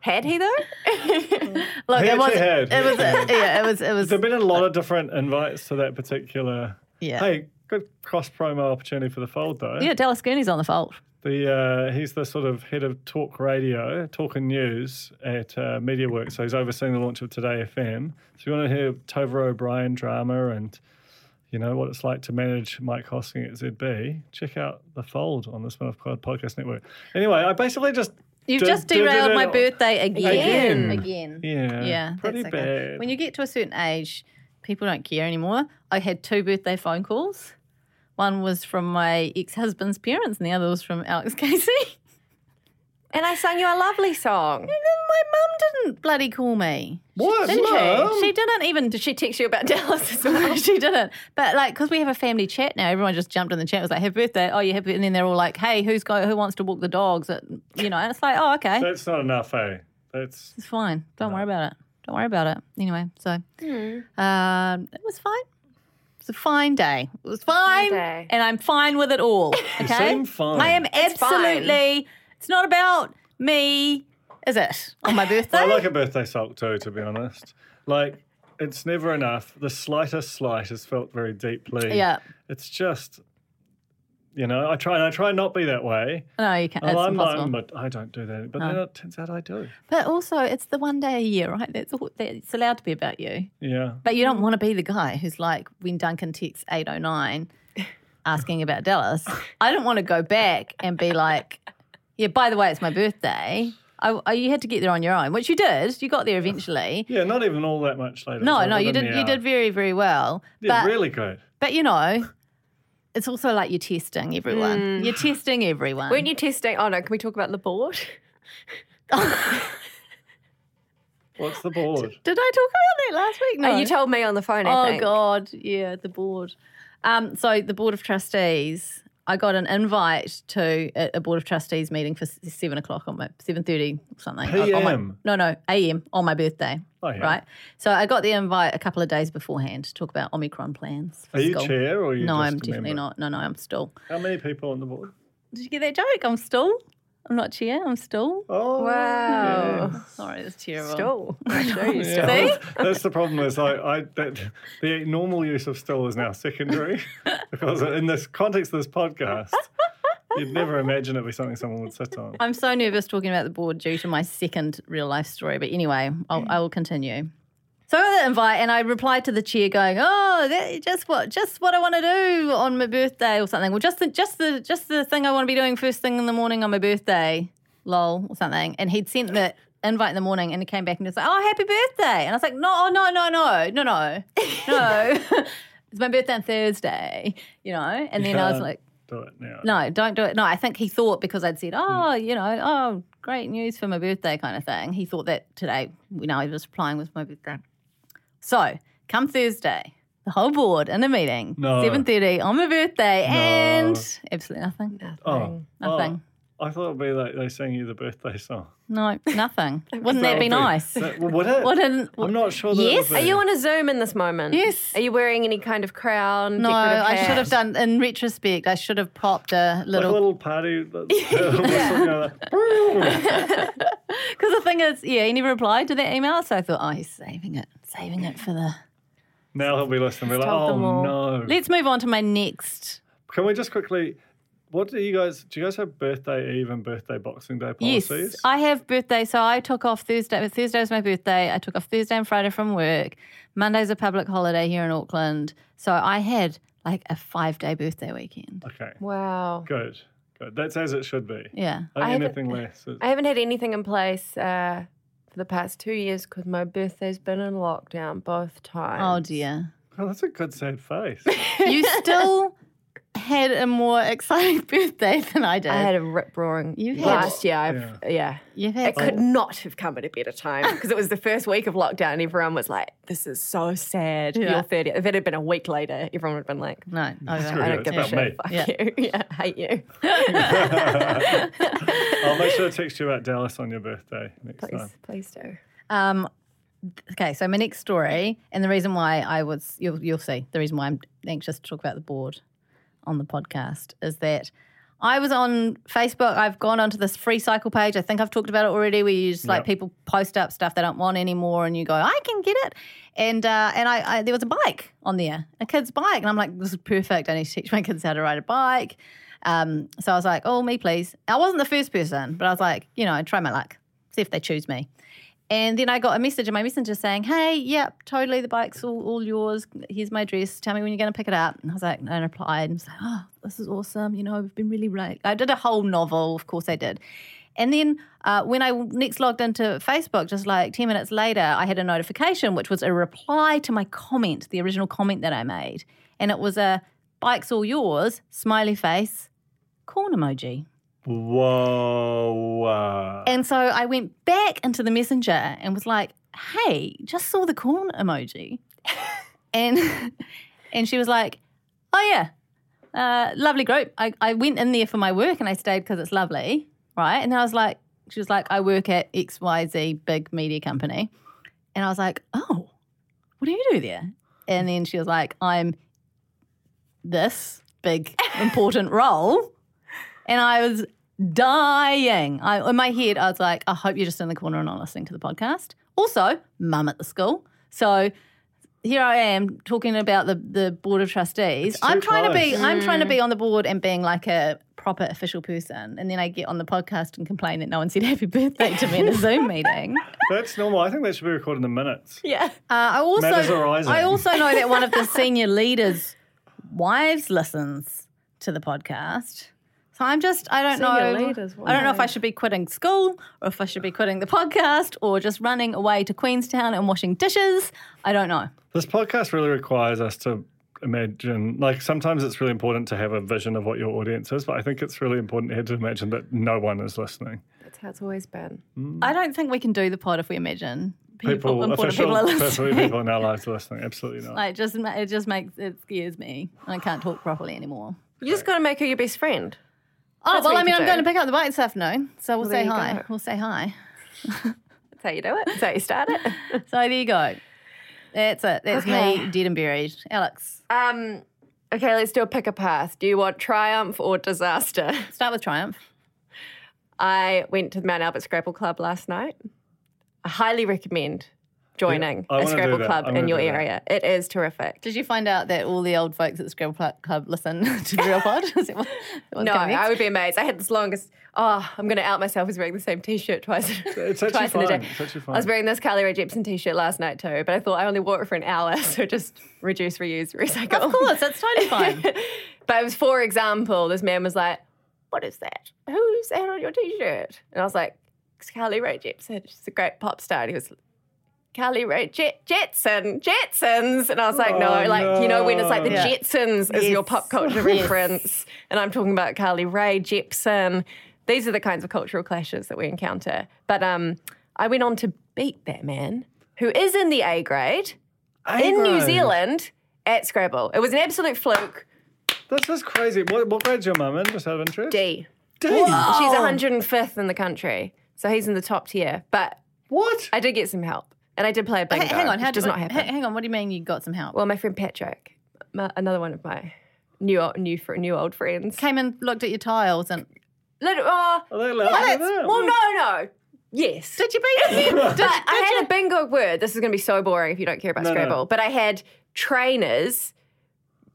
Speaker 4: Had he though?
Speaker 3: Look,
Speaker 5: He
Speaker 3: it was,
Speaker 5: actually had.
Speaker 3: it was, yeah, it was, it was,
Speaker 5: There've been a lot
Speaker 3: Uh,
Speaker 5: of different invites to that particular.
Speaker 3: yeah.
Speaker 5: Hey, good cross promo opportunity for the fold though.
Speaker 3: Yeah, Dallas Gooney's on the fold.
Speaker 5: The uh, he's the sort of head of talk radio, talk and news at uh, MediaWorks. So he's overseeing the launch of Today FM. So if you want to hear Tover O'Brien drama and you know what it's like to manage Mike Hosking at ZB, check out the Fold on the Spin Off Cloud Podcast Network. Anyway, I basically just
Speaker 3: You've
Speaker 5: did-
Speaker 3: just
Speaker 5: did it
Speaker 3: derailed my
Speaker 5: all-
Speaker 3: birthday again.
Speaker 5: Again.
Speaker 3: Again.
Speaker 5: Yeah,
Speaker 3: Yeah,
Speaker 5: pretty
Speaker 3: that's okay.
Speaker 5: bad.
Speaker 3: When you get to a certain age, people don't care anymore. I had two birthday phone calls. One was from my ex-husband's parents, and the other was from Alex Casey.
Speaker 4: And I sang you a lovely song.
Speaker 3: my mum didn't bloody call me.
Speaker 5: what?
Speaker 3: Didn't
Speaker 5: Mum?
Speaker 3: she? She didn't even. Did she text you about Dallas as well? she didn't. But like, because we have a family chat now, everyone just jumped in the chat. Was like, "Happy birthday! Oh, you happy?" And then they're all like, "Hey, who's go? Who wants to walk the dogs?" At, you know, and it's like, "Oh, okay."
Speaker 5: That's not enough, eh? That's
Speaker 3: It's fine. Don't worry about it. Don't worry about it. Anyway, so
Speaker 5: Hmm.
Speaker 3: um, it was fine. It's a fine day. It was fine,
Speaker 4: day.
Speaker 3: and I'm fine with it all. Okay,
Speaker 5: seem fine.
Speaker 3: I am
Speaker 4: fine.
Speaker 3: absolutely. It's not about me, is it? On my birthday,
Speaker 5: I like a birthday sulk too, to be honest. Like, it's never enough. The slightest slight is felt very deeply.
Speaker 3: Yeah.
Speaker 5: It's just, you know, I try and I try and not be that way.
Speaker 3: no, you can't.
Speaker 5: And
Speaker 3: It's
Speaker 5: I'm,
Speaker 3: impossible. Oh.
Speaker 5: I'm, but I don't do that. But then it turns out I do.
Speaker 3: but also, it's the one day a year, right? That's all. That it's allowed to be about you.
Speaker 5: Yeah.
Speaker 3: But you don't want to be the guy who's like when Duncan texts eight oh nine. asking about Dallas, I didn't want to go back and be like, yeah, by the way, it's my birthday. I, I, you had to get there on your own, which you did. You got there eventually.
Speaker 5: Yeah, not even all that much later.
Speaker 3: No,
Speaker 5: It's
Speaker 3: no,
Speaker 5: like
Speaker 3: you
Speaker 5: within
Speaker 3: did.
Speaker 5: the
Speaker 3: You
Speaker 5: hour.
Speaker 3: did very, very well.
Speaker 5: Yeah,
Speaker 3: but
Speaker 5: really good.
Speaker 3: but you know, it's also like you're testing everyone. You're testing everyone.
Speaker 4: Weren't you testing? Oh no, can we talk about the board?
Speaker 5: What's the board?
Speaker 3: Did I talk about that last week? No,
Speaker 4: Oh, you told me on the phone. I
Speaker 3: Oh
Speaker 4: think.
Speaker 3: God, yeah, the board. Um, so the board of trustees, I got an invite to a, a board of trustees meeting for s- seven o'clock on my seven thirty something. on- on my-
Speaker 5: PM.
Speaker 3: no, no, AM on my birthday.
Speaker 5: Oh, yeah.
Speaker 3: Right. So I got the invite a couple of days beforehand to talk about Omicron plans. for
Speaker 5: Are you
Speaker 3: school.
Speaker 5: chair or are you
Speaker 3: No,
Speaker 5: just
Speaker 3: I'm
Speaker 5: a
Speaker 3: definitely
Speaker 5: member?
Speaker 3: not. No, no, I'm still.
Speaker 5: How many people on the board?
Speaker 3: Did you get that joke? I'm still. I'm not chair. I'm still. Oh,
Speaker 5: Oh,
Speaker 4: Wow.
Speaker 3: Sorry, that's terrible.
Speaker 4: Still. Hmm. I show you
Speaker 5: yeah.
Speaker 4: still.
Speaker 5: Well, That's the problem. Is like I that the normal use of still is now secondary because in this context of this podcast, you'd never imagine it'd be something someone would sit on.
Speaker 3: I'm so nervous talking about the board due to my second real life story. But anyway, I'll, I will continue. So I got the invite and I replied to the chair going, "Oh, that, just what, just what I want to do on my birthday or something. Well, just the, just the, just the thing I want to be doing first thing in the morning on my birthday, lol or something." And he'd sent the invite in the morning and he came back and was like, "Oh, happy birthday!" And I was like, "No, oh, no, no, no, no, no, no." It's my birthday on Thursday, you know? And then I was
Speaker 5: Can't
Speaker 3: like,
Speaker 5: do it now.
Speaker 3: no, don't do it. No, I think he thought because I'd
Speaker 5: Hmm.
Speaker 3: said, oh, you know, oh, great news for my birthday kind of thing. He thought that today, you know, he was replying with my birthday. So come Thursday, the whole board in a meeting,
Speaker 5: No.
Speaker 3: 7.30 on my birthday and absolutely nothing.
Speaker 5: Oh,
Speaker 3: Nothing.
Speaker 5: oh, I thought it'd be like they sang you the birthday song.
Speaker 3: No, nothing. Wouldn't that be
Speaker 5: That'll
Speaker 3: nice?
Speaker 5: That, well, would it?
Speaker 3: Wouldn't,
Speaker 5: I'm not sure. That
Speaker 3: Yes.
Speaker 5: It
Speaker 4: Are
Speaker 5: would be.
Speaker 4: you on a Zoom in this moment?
Speaker 3: Yes.
Speaker 4: Are you wearing any kind of crown?
Speaker 3: no,
Speaker 4: decorative
Speaker 3: I
Speaker 4: hat?
Speaker 3: should have done, in retrospect, I should have popped a
Speaker 5: like a
Speaker 3: little
Speaker 5: little party? That's, uh, yeah.
Speaker 3: Because the thing is, yeah, he never replied to that email, so I thought, oh, he's saving it, saving it for the.
Speaker 5: Now he'll be listening. Be like,
Speaker 4: told
Speaker 5: oh
Speaker 4: them all.
Speaker 5: no.
Speaker 3: Let's move on to my next.
Speaker 5: Can we just quickly? What do you guys? Do you guys have birthday eve and birthday boxing day policies?
Speaker 3: Yes, I have birthday, so I took off Thursday. Thursday was my birthday. I took off Thursday and Friday from work. Monday's a public holiday here in Auckland, so I had like a five-day birthday weekend.
Speaker 5: okay.
Speaker 4: Wow.
Speaker 5: Good. Good. That's as it should be.
Speaker 3: Yeah,
Speaker 5: Like
Speaker 4: I haven't-
Speaker 5: anything less. is-
Speaker 4: I haven't had anything in place uh, for the past two years because my birthday's been in lockdown both
Speaker 3: Oh
Speaker 4: times.
Speaker 3: dear.
Speaker 5: Oh, that's a good sad face.
Speaker 3: You still had a more exciting birthday than I did.
Speaker 4: I had a rip roaring
Speaker 3: You had-
Speaker 4: last year. I've, yeah.
Speaker 3: You've
Speaker 4: It
Speaker 3: had
Speaker 5: oh.
Speaker 4: could not have come at a better time because it was the first week of lockdown. and Everyone was like, "This is so sad."
Speaker 3: Yeah.
Speaker 4: Your thirty. If it had been a week later, everyone would have been like,
Speaker 3: no. I don't-
Speaker 4: "I
Speaker 5: Yeah,
Speaker 4: don't
Speaker 5: it's
Speaker 4: give a
Speaker 5: about
Speaker 4: shit.
Speaker 5: me.
Speaker 4: Fuck
Speaker 3: Yeah.
Speaker 4: you. Yeah, I hate you."
Speaker 5: I'll make sure to text you about Dallas on your birthday next time.
Speaker 4: Please, please do.
Speaker 3: Um, okay, so my next story, and the reason why I was, you'll, you'll see, the reason why I'm anxious to talk about the board on the podcast is that I was on Facebook. I've gone onto this free cycle page. I think I've talked about it already, where you just like
Speaker 5: Yep.
Speaker 3: people post up stuff they don't want anymore, and you go, I can get it. And uh, and I, I there was a bike on there, a kid's bike, and I'm like, this is perfect. I need to teach my kids how to ride a bike. Um, so I was like, oh me please. I wasn't the first person, but I was like, you know, try my luck, see if they choose me. And then I got a message in my messenger saying, Hey, yep, totally, the bike's all, all yours. Here's my address. Tell me when you're going to pick it up. And I was like, and I replied and was like, Oh, this is awesome. You know, we've been really right. I did a whole novel, of course I did. And then uh, when I next logged into Facebook, just like 10 minutes later, I had a notification, which was a reply to my comment, the original comment that I made. And it was a bike's all yours, smiley face, corn emoji.
Speaker 5: Whoa. uh, wow.
Speaker 3: And so I went back into the messenger and was like, "Hey, just saw the corn emoji," and and she was like, "Oh yeah, uh, lovely group. I, I went in there for my work and I stayed because it's lovely, right?" And I was like, she was like, "I work at X Y Z big media company," and I was like, "Oh, what do you do there?" And then she was like, "I'm this big important role," and I was dying. I, in my head, I was like, I hope you're just in the corner and not listening to the podcast. Also, mum at the school. So here I am talking about the, the board of trustees.
Speaker 5: It's too
Speaker 3: I'm trying to be
Speaker 5: close.
Speaker 3: I'm trying to be on the board and being like a proper official person. And then I get on the podcast and complain that no one said happy birthday to me in a Zoom meeting.
Speaker 5: That's normal. I think that should be recorded in the minutes.
Speaker 4: Yeah.
Speaker 3: Uh, I also
Speaker 5: Matters arising.
Speaker 3: I also know that one of the senior leaders' wives listens. to the podcast. So I'm just, I don't
Speaker 8: See
Speaker 3: know.
Speaker 8: you later is what
Speaker 3: I don't know if
Speaker 8: I-
Speaker 3: I should be quitting school or if I should be quitting the podcast or just running away to Queenstown and washing dishes. I don't know.
Speaker 5: This podcast really requires us to imagine, like, sometimes it's really important to have a vision of what your audience is, but I think it's really important here to imagine that no one is listening.
Speaker 8: That's how it's always been.
Speaker 3: I don't think we can do the pod if we imagine people,
Speaker 5: People,
Speaker 3: important
Speaker 5: official,
Speaker 3: people are
Speaker 5: officially
Speaker 3: listening.
Speaker 5: people in our lives are listening. Absolutely not.
Speaker 3: Like, it just ma- it just makes it scares me. I can't talk properly anymore.
Speaker 4: You just got to make her your best friend.
Speaker 3: Oh
Speaker 4: That's
Speaker 3: well,
Speaker 4: what
Speaker 3: I
Speaker 4: you
Speaker 3: mean,
Speaker 4: can
Speaker 3: I'm
Speaker 4: do.
Speaker 3: going to pick up the bike this afternoon, so we'll,
Speaker 8: Well, there
Speaker 3: say
Speaker 8: you
Speaker 3: hi.
Speaker 8: go.
Speaker 3: We'll say hi.
Speaker 4: That's how you do it. That's how you start it.
Speaker 3: So there you go. That's it. That's me, dead and buried. Alex,
Speaker 4: um, okay, let's do a pick a path. Do you want triumph or disaster?
Speaker 3: start with triumph.
Speaker 4: I went to the Mount Albert Scrabble Club last night. I highly recommend joining
Speaker 5: I
Speaker 4: a
Speaker 5: wanna do
Speaker 4: Scrabble
Speaker 5: that.
Speaker 4: Club
Speaker 5: I wanna
Speaker 4: in your
Speaker 5: do that.
Speaker 4: area. It is terrific.
Speaker 3: Did you find out that all the old folks at Scrabble Cl- Club listen to the Real Pod? Is that what- what's
Speaker 4: No,
Speaker 3: coming next?
Speaker 4: I would be amazed. I had this longest. Oh, I'm going to out myself as wearing the same T-shirt twice.
Speaker 5: It's actually
Speaker 4: twice in a
Speaker 5: fine.
Speaker 4: day.
Speaker 5: It's actually
Speaker 4: I was
Speaker 5: fine.
Speaker 4: wearing this Carly Rae Jepsen T-shirt last night too, but I thought I only wore it for an hour, so just reduce, reuse, recycle.
Speaker 3: Of course, that's totally fine.
Speaker 4: But it was, for example, this man was like, "What is that? Who's that on your T-shirt?" And I was like, "It's Carly Rae Jepsen. She's a great pop star." And he was, "Carly Rae Jet- Jetson, Jetsons," and I was like, "No,
Speaker 5: Oh,
Speaker 4: like you know when it's like the
Speaker 5: no.
Speaker 4: Jetsons is your
Speaker 3: Yes.
Speaker 4: pop culture
Speaker 3: Yes.
Speaker 4: reference, and I'm talking about Carly Rae Jepsen. These are the kinds of cultural clashes that we encounter. But um, I went on to beat that man, who is in the A grade in New
Speaker 5: Anyway,
Speaker 4: Zealand at Scrabble. It was an absolute fluke.
Speaker 5: This is crazy. What, what grade's your mum in, just out of interest?
Speaker 4: D.
Speaker 5: D.
Speaker 3: Oh.
Speaker 4: She's 105th in the country, so he's in the top tier. But
Speaker 5: What?
Speaker 4: I did get some help, and I did play a bingo.
Speaker 3: H- hang on,
Speaker 4: which
Speaker 3: how
Speaker 4: does
Speaker 3: do,
Speaker 4: not
Speaker 3: ha-
Speaker 4: happen?
Speaker 3: Hang on, what do you mean you got some help?
Speaker 4: well, my friend Patrick, my, another one of my new old, new fr- new old friends.
Speaker 3: Came and looked at your tiles and
Speaker 4: Little, oh,
Speaker 5: Are they allowed to do that?
Speaker 4: well, no, no. Yes.
Speaker 3: did you beat him?
Speaker 4: But I had a bingo word. This is going to be so boring if you don't care about
Speaker 5: No, no.
Speaker 4: Scrabble. But I had trainers,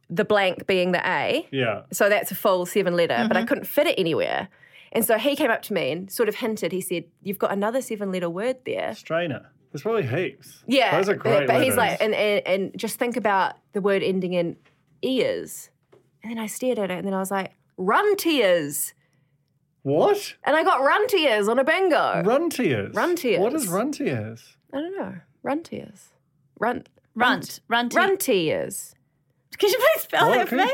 Speaker 4: the blank being the A.
Speaker 5: Yeah.
Speaker 4: So that's a full seven letter, but
Speaker 3: Mm-hmm.
Speaker 4: I couldn't fit it anywhere. And so he came up to me and sort of hinted. He said, You've got another seven letter word there.
Speaker 5: Strainer. There's probably heaps.
Speaker 4: Yeah.
Speaker 5: Those are
Speaker 4: but-
Speaker 5: great
Speaker 4: But, he's
Speaker 5: letters.
Speaker 4: like, and, and, and just think about the word ending in ears. And then I stared at it and then I was like, Run tears.
Speaker 5: what?
Speaker 4: And I got run tears on a bingo.
Speaker 5: Runtiers.
Speaker 4: Runtiers.
Speaker 5: What is runtiers?
Speaker 4: I don't know. Run tears. Run,
Speaker 3: Runt, runt,
Speaker 4: run tears.
Speaker 3: Can you please spell
Speaker 5: Oh,
Speaker 3: that for
Speaker 5: okay.
Speaker 3: me?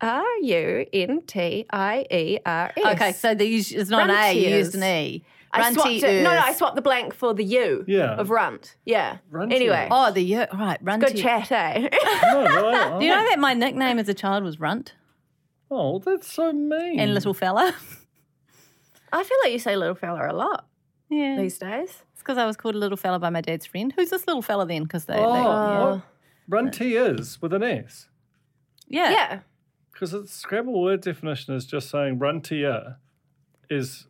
Speaker 4: R U N T I E R S.
Speaker 3: Okay, so the, you- it's not an A, you
Speaker 4: Runtiers.
Speaker 3: used an E.
Speaker 4: I swapped
Speaker 3: Runty
Speaker 4: it. No, no,
Speaker 3: ears.
Speaker 4: I swapped the blank for the U
Speaker 5: Yeah.
Speaker 4: of runt. Yeah.
Speaker 5: Runtiers.
Speaker 4: Anyway.
Speaker 3: Oh, the year. Right, runt.
Speaker 4: Good chat, eh?
Speaker 5: No, right. Oh,
Speaker 3: Do you know that my nickname as a child was Runt
Speaker 5: oh, that's so mean.
Speaker 3: and Little Fella?
Speaker 4: I feel like you say little fella a lot
Speaker 3: Yeah. It's
Speaker 4: these days.
Speaker 3: because I was called a little fella by my dad's friend. Who's this little fella then? Because they,
Speaker 5: Oh,
Speaker 3: they-
Speaker 5: what? Runtiers with an S.
Speaker 3: yeah.
Speaker 4: Yeah.
Speaker 5: Because the Scrabble word definition is just saying runtier is.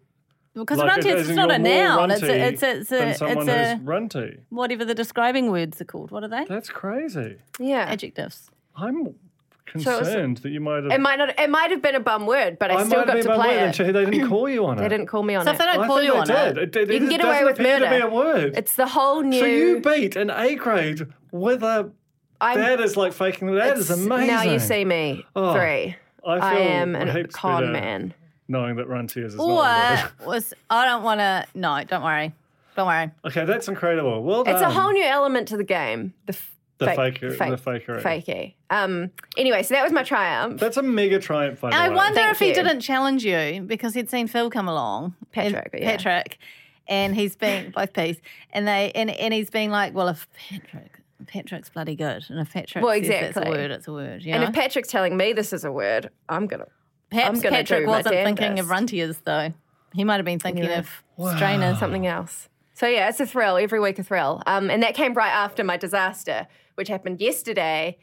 Speaker 3: Because
Speaker 5: like,
Speaker 3: runt
Speaker 5: it
Speaker 3: is
Speaker 5: isn't
Speaker 3: it's not a
Speaker 5: you're more
Speaker 3: noun. It's
Speaker 5: runty
Speaker 3: a, it's a, it's a,
Speaker 5: than
Speaker 3: it's
Speaker 5: someone
Speaker 3: a
Speaker 5: who's runty.
Speaker 3: whatever the describing words are called. What are they?
Speaker 5: That's crazy.
Speaker 4: Yeah.
Speaker 3: Adjectives.
Speaker 5: I'm
Speaker 4: was-
Speaker 5: concerned that you might have.
Speaker 4: It might not it might have been a bum word, but I,
Speaker 5: I
Speaker 4: still
Speaker 5: Oh, might
Speaker 4: got
Speaker 5: have
Speaker 4: to
Speaker 5: been my
Speaker 4: play
Speaker 5: word,
Speaker 4: it.
Speaker 5: and They didn't call you on it.
Speaker 4: They didn't call me on
Speaker 3: So if
Speaker 4: it.
Speaker 3: they don't
Speaker 5: I
Speaker 3: call
Speaker 5: think
Speaker 3: you
Speaker 5: they
Speaker 3: on
Speaker 5: did.
Speaker 3: it,
Speaker 5: It, it,
Speaker 4: You
Speaker 5: it
Speaker 4: can get
Speaker 5: doesn't
Speaker 4: away with
Speaker 5: appear to be
Speaker 4: murder.
Speaker 5: a word.
Speaker 4: It's the whole new
Speaker 5: so you beat an A grade with a.
Speaker 4: I'm-
Speaker 5: that is like faking. That is
Speaker 4: it's-
Speaker 5: amazing.
Speaker 4: Now you see me.
Speaker 5: Oh,
Speaker 4: Three.
Speaker 5: I, feel
Speaker 4: I am a
Speaker 5: heaps
Speaker 4: con
Speaker 5: better
Speaker 4: man.
Speaker 5: Knowing that runtiers is
Speaker 3: Or
Speaker 5: not. a word.
Speaker 3: was I don't want to. No, don't worry. Don't worry.
Speaker 5: Okay, that's incredible. Well done.
Speaker 4: It's a whole new element to the game. The, f-
Speaker 5: The
Speaker 4: fake-
Speaker 5: faker- the fakery.
Speaker 4: Fakey. Um, anyway, so that was my triumph.
Speaker 5: That's a mega triumph, by the
Speaker 3: I
Speaker 5: way.
Speaker 3: wonder
Speaker 4: Thank
Speaker 3: if he
Speaker 4: you.
Speaker 3: didn't challenge you because he'd seen Phil come along, and-
Speaker 4: Patrick, yeah.
Speaker 3: Patrick, and he's been both peas, and they and, and he's been like, well, if Patrick, Patrick's bloody good, and if Patrick
Speaker 4: Well,
Speaker 3: says it's a
Speaker 4: exactly.
Speaker 3: word, it's a word. You
Speaker 4: and
Speaker 3: know?
Speaker 4: if Patrick's telling me this is a word, I'm going to.
Speaker 3: perhaps
Speaker 4: I'm gonna
Speaker 3: Patrick
Speaker 4: do my
Speaker 3: wasn't thinking of
Speaker 4: damnedest.
Speaker 3: runtiers though, he might have been thinking
Speaker 4: Yeah.
Speaker 3: of strainers.
Speaker 4: something else. So yeah, it's a thrill every week. A thrill, um, and that came right after my disaster, which happened yesterday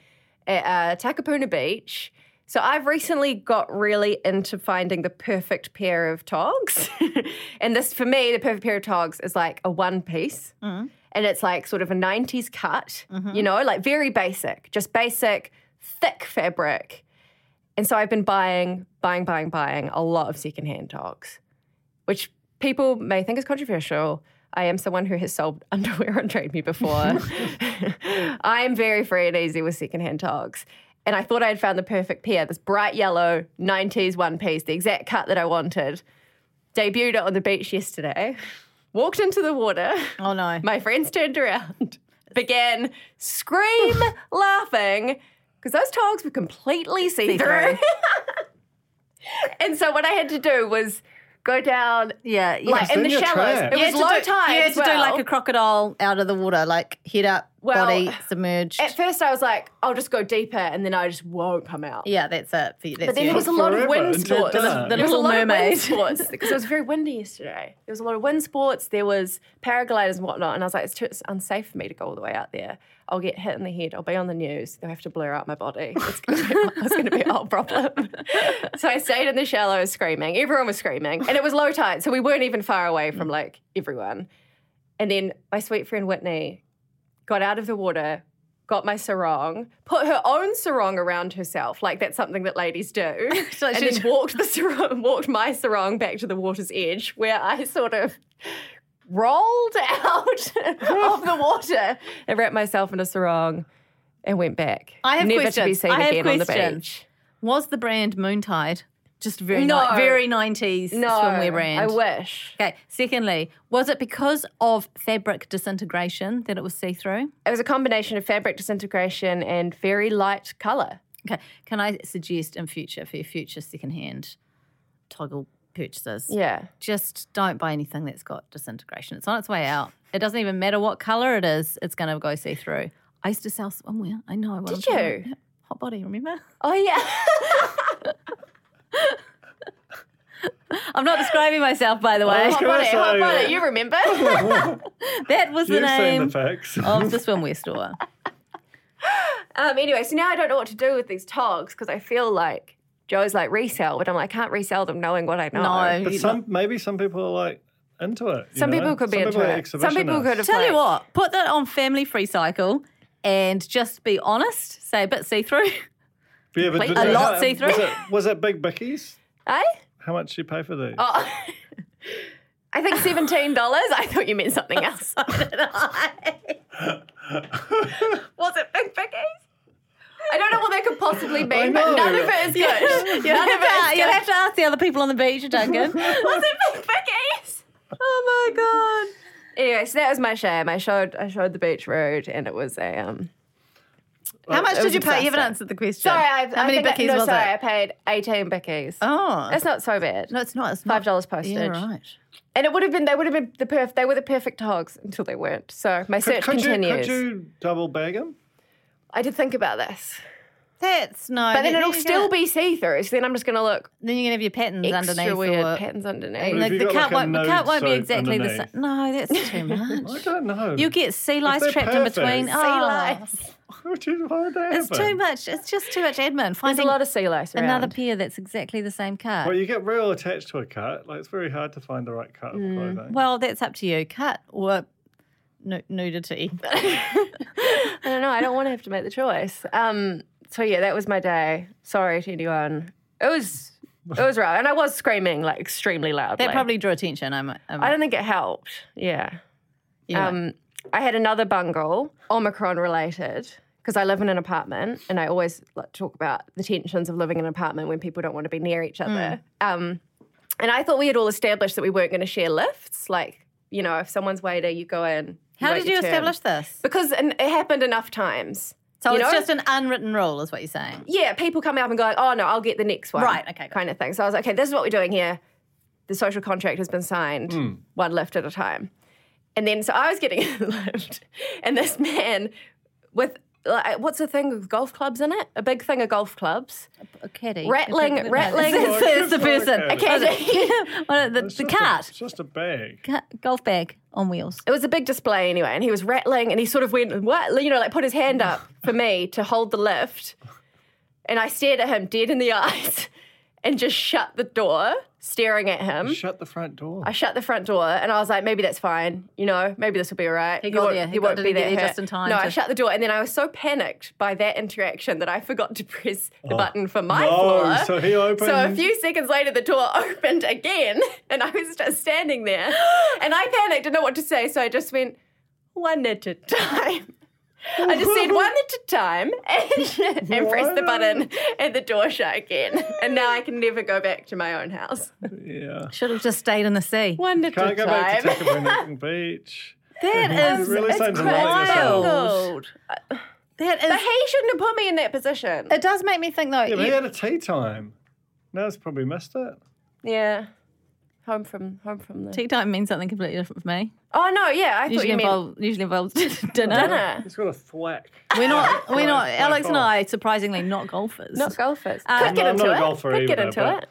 Speaker 4: at uh, Takapuna Beach. So I've recently got really into finding the perfect pair of togs, and this for me, the perfect pair of togs is like a one piece, and it's like sort of a '90s cut, you know, like very basic, just basic thick fabric. And so I've been buying, buying, buying, buying a lot of secondhand togs which people may think is controversial. I am someone who has sold underwear on Trade Me before. I am very free and easy with secondhand togs. and I thought I had found the perfect pair this bright yellow 90s one piece, the exact cut that I wanted. Debuted it on the beach yesterday, walked into the water.
Speaker 3: Oh, no.
Speaker 4: My friends turned around, began scream laughing because those togs were completely see through. and so what I had to do was go down
Speaker 3: yeah, yeah.
Speaker 4: like in
Speaker 5: in
Speaker 4: the
Speaker 5: your
Speaker 4: shallows.
Speaker 5: trap.
Speaker 4: It
Speaker 3: You
Speaker 4: was
Speaker 3: had
Speaker 4: low
Speaker 3: to do,
Speaker 4: tide.
Speaker 3: You had
Speaker 4: as
Speaker 3: to do
Speaker 4: well.
Speaker 3: like a crocodile out of the water, like head up,
Speaker 4: Well,
Speaker 3: body submerged.
Speaker 4: At first, I was like, I'll just go deeper, and then I just won't come out.
Speaker 3: yeah, that's it. For you. That's
Speaker 4: But then
Speaker 3: you.
Speaker 4: there was a lot of
Speaker 5: Forever,
Speaker 4: wind
Speaker 5: until
Speaker 4: sports.
Speaker 5: dark.
Speaker 3: The
Speaker 4: There was a
Speaker 3: Little
Speaker 4: lot
Speaker 3: Mermaid.
Speaker 4: of wind sports because it was very windy yesterday. There was a lot of wind sports. There was paragliders and whatnot, and I was like, it's, too, it's unsafe for me to go all the way out there. I'll get hit in the head. I'll be on the news. They'll have to blur out my body. It's going to be, it's gonna be a whole problem. so I stayed in the shallows screaming. Everyone was screaming, and it was low tide, so we weren't even far away from like everyone. And then my sweet friend Whitney got out of the water, got my sarong, put her own sarong around herself, like that's something that ladies do,
Speaker 3: So
Speaker 4: and
Speaker 3: she-
Speaker 4: then walked the sarong, walked my sarong back to the water's edge, where I sort of rolled out of the water and wrapped myself in a sarong and went back.
Speaker 3: I have
Speaker 4: never to be
Speaker 3: questions.
Speaker 4: seen
Speaker 3: I have
Speaker 4: again on the
Speaker 3: questions.
Speaker 4: beach.
Speaker 3: was the brand Moontide just very
Speaker 4: No.
Speaker 3: ni- very nineties
Speaker 4: No,
Speaker 3: swimwear brand?
Speaker 4: I wish
Speaker 3: Okay. Secondly, was it because of fabric disintegration that it was see through?
Speaker 4: it was a combination of fabric disintegration and very light color.
Speaker 3: Okay. Can I suggest in future for your future secondhand toggle purchases?
Speaker 4: Yeah.
Speaker 3: Just don't buy anything that's got disintegration. It's on its way out. It doesn't even matter what color it is, it's going to go see through. I used to sell swimwear. I know. What
Speaker 4: Did
Speaker 3: I'm talking
Speaker 4: you?
Speaker 3: about. Yep. Hot body, remember?
Speaker 4: Oh yeah.
Speaker 3: I'm not describing myself, by the way.
Speaker 5: was
Speaker 4: Hot
Speaker 5: gonna
Speaker 4: bonnet, hot
Speaker 5: say-
Speaker 4: bonnet, you remember?
Speaker 3: that was the
Speaker 5: You've seen
Speaker 3: name
Speaker 5: the facts.
Speaker 4: Oh,
Speaker 3: of the swimwear store.
Speaker 4: um, anyway, so now I don't know what to do with these togs because I feel like Joe's like resell, but I'm like, I can't resell them knowing what I know.
Speaker 3: No,
Speaker 5: But
Speaker 3: you-
Speaker 5: some maybe some people are like into it. you
Speaker 4: Some
Speaker 5: know?
Speaker 4: people could be
Speaker 5: Some
Speaker 4: into
Speaker 5: people are
Speaker 4: it. Some people
Speaker 5: exhibitionists.
Speaker 4: could have.
Speaker 3: Tell
Speaker 4: like,
Speaker 3: you what, put that on Family Free Cycle and just be honest, say a bit see through.
Speaker 5: Yeah, but
Speaker 4: Like,
Speaker 5: was
Speaker 4: a
Speaker 5: it-
Speaker 3: lot see-through.
Speaker 5: um, Was it, was it Big Bickies?
Speaker 4: Eh?
Speaker 5: How much you pay for these?
Speaker 4: Oh. I think seventeen dollars. I thought you meant something else. Was it Big Bickies? I don't know what that could possibly mean, but
Speaker 5: know.
Speaker 4: none of it is good.
Speaker 3: You'll
Speaker 4: none
Speaker 3: have,
Speaker 4: of it is
Speaker 3: to, you'll
Speaker 4: good.
Speaker 3: have to ask the other people on the beach, Duncan.
Speaker 4: Was it Big Bickies? Oh my god. Anyway, so that was my shame. I showed I showed the beach road, and it was a um.
Speaker 3: How much
Speaker 4: was
Speaker 3: did you pay? You haven't
Speaker 4: disaster.
Speaker 3: answered the question.
Speaker 4: Sorry, I,
Speaker 3: How
Speaker 4: I
Speaker 3: many
Speaker 4: think I-
Speaker 3: bickies
Speaker 4: no,
Speaker 3: was
Speaker 4: sorry, I
Speaker 3: it?
Speaker 4: paid eighteen bickies.
Speaker 3: Oh.
Speaker 4: That's not so bad.
Speaker 3: no, it's not. It's not.
Speaker 4: Five dollars postage.
Speaker 3: Yeah, right.
Speaker 4: And it would have been they would have been the perf they were the perfect hogs until they weren't. So my
Speaker 5: could,
Speaker 4: search
Speaker 5: could you,
Speaker 4: continues.
Speaker 5: could you double bag them?
Speaker 4: I did think about this.
Speaker 3: That's no.
Speaker 4: But then
Speaker 3: you
Speaker 4: it'll
Speaker 3: go-
Speaker 4: still be see through. So then I'm just gonna look
Speaker 3: Then you're gonna have your patterns
Speaker 4: extra
Speaker 3: underneath.
Speaker 4: weird
Speaker 3: or-
Speaker 4: patterns
Speaker 3: and
Speaker 4: underneath.
Speaker 5: Like-
Speaker 3: The,
Speaker 5: If
Speaker 3: the
Speaker 5: you've got
Speaker 3: cut
Speaker 5: like
Speaker 3: won't.
Speaker 5: a
Speaker 3: The cut
Speaker 5: node
Speaker 3: won't be
Speaker 5: soap
Speaker 3: exactly the
Speaker 5: underneath.
Speaker 3: same. No, that's too
Speaker 5: I
Speaker 3: much.
Speaker 5: don't know.
Speaker 3: You'll get sea lice
Speaker 5: they're
Speaker 3: trapped in between.
Speaker 5: perfect.
Speaker 3: Oh,
Speaker 5: Why would you, why would that
Speaker 3: It's
Speaker 5: happen?
Speaker 3: too much. It's just too much admin.
Speaker 4: There's a
Speaker 3: Finding
Speaker 4: lot of sea lice around.
Speaker 3: another pair that's exactly the same cut.
Speaker 5: Well, you get real attached to a cut. Like it's very hard to find the right cut of clothing.
Speaker 3: Well, that's up to you. Cut or nu- nudity.
Speaker 4: I don't know. I don't want to have to make the choice. Um, so yeah, that was my day. Sorry to anyone. It was it was rough, and I was screaming like extremely loudly.
Speaker 3: That probably drew attention. I'm. I'm
Speaker 4: I don't think it helped. Yeah.
Speaker 3: anyway.
Speaker 4: Um, I had another bungle, Omicron related, because I live in an apartment and I always like, talk about the tensions of living in an apartment when people don't want to be near each other.
Speaker 3: Mm.
Speaker 4: Um, and I thought we had all established that we weren't going to share lifts. Like, you know, if someone's waiter, you go in. you
Speaker 3: How
Speaker 4: wait
Speaker 3: did you
Speaker 4: your turn.
Speaker 3: establish this?
Speaker 4: Because and it happened enough times.
Speaker 3: So
Speaker 4: you
Speaker 3: it's
Speaker 4: know?
Speaker 3: just an unwritten rule, is what you're saying.
Speaker 4: yeah, people come up and go, oh no, I'll get the next one.
Speaker 3: Right, okay, got
Speaker 4: Kind of thing. So I was like, okay, this is what we're doing here. The social contract has been signed, one lift at a time. And then, so I was getting a lift, and this man with, like, what's the thing with golf clubs in it? A big thing of golf clubs.
Speaker 3: A caddy.
Speaker 4: Rattling-
Speaker 3: It's a-
Speaker 4: rattling-
Speaker 3: It's, it's the person.
Speaker 5: A
Speaker 3: caddy. Well, the the
Speaker 5: It's just a-
Speaker 3: cart.
Speaker 5: It's just a bag.
Speaker 3: Ca- Golf bag on wheels.
Speaker 4: It was a big display anyway, and he was rattling, and he sort of went, what? You know, like put his hand up for me to hold the lift. And I stared at him dead in the eyes and just shut the door, staring at him.
Speaker 5: Shut the front door.
Speaker 4: Hmm? I shut the front door and I was like, maybe that's fine. You know, maybe this will be all right.
Speaker 3: He
Speaker 4: You
Speaker 3: got
Speaker 4: won't-
Speaker 3: there. He
Speaker 4: you
Speaker 3: got-
Speaker 4: won't
Speaker 3: did
Speaker 4: be
Speaker 3: he get
Speaker 4: that
Speaker 3: there
Speaker 4: hurt.
Speaker 3: just in time
Speaker 4: No, I
Speaker 3: to-
Speaker 4: shut the door and then I was so panicked by that interaction that I forgot to press the button for my
Speaker 5: Oh.
Speaker 4: floor.
Speaker 5: No, so he opened-
Speaker 4: So a few seconds later, the door opened again and I was just standing there and I panicked, didn't know what to say. So I just went, one at a time. I just said one at a time and, and pressed the button and the door shut again. And now I can never go back to my own house.
Speaker 5: Yeah.
Speaker 3: Should have just stayed in the sea.
Speaker 4: One at a
Speaker 5: Can't go back to
Speaker 4: time.
Speaker 5: Takaburnican Beach.
Speaker 3: That is
Speaker 5: It really sounds
Speaker 4: It's
Speaker 5: like yourself.
Speaker 4: wild.
Speaker 3: that
Speaker 4: But
Speaker 3: is.
Speaker 4: he shouldn't have put me in that position.
Speaker 3: It does make me think though.
Speaker 5: Yeah, but
Speaker 3: you-
Speaker 5: he had a tea time. Now it's probably missed it.
Speaker 4: Yeah. Home from home from the.
Speaker 3: Tea time means something completely different for me.
Speaker 4: oh no, yeah, I thought
Speaker 3: Usually
Speaker 4: you meant
Speaker 3: involves usually involves dinner.
Speaker 4: dinner.
Speaker 5: He's got a thwack.
Speaker 3: We're not. We're not.
Speaker 5: Fuck
Speaker 3: Alex and
Speaker 5: off.
Speaker 3: I, surprisingly, not golfers.
Speaker 4: Not golfers.
Speaker 3: Um,
Speaker 4: Could get
Speaker 5: I'm not
Speaker 4: into
Speaker 5: a
Speaker 4: it.
Speaker 5: golfer
Speaker 4: Could get
Speaker 5: either,
Speaker 4: into
Speaker 5: but-
Speaker 4: it.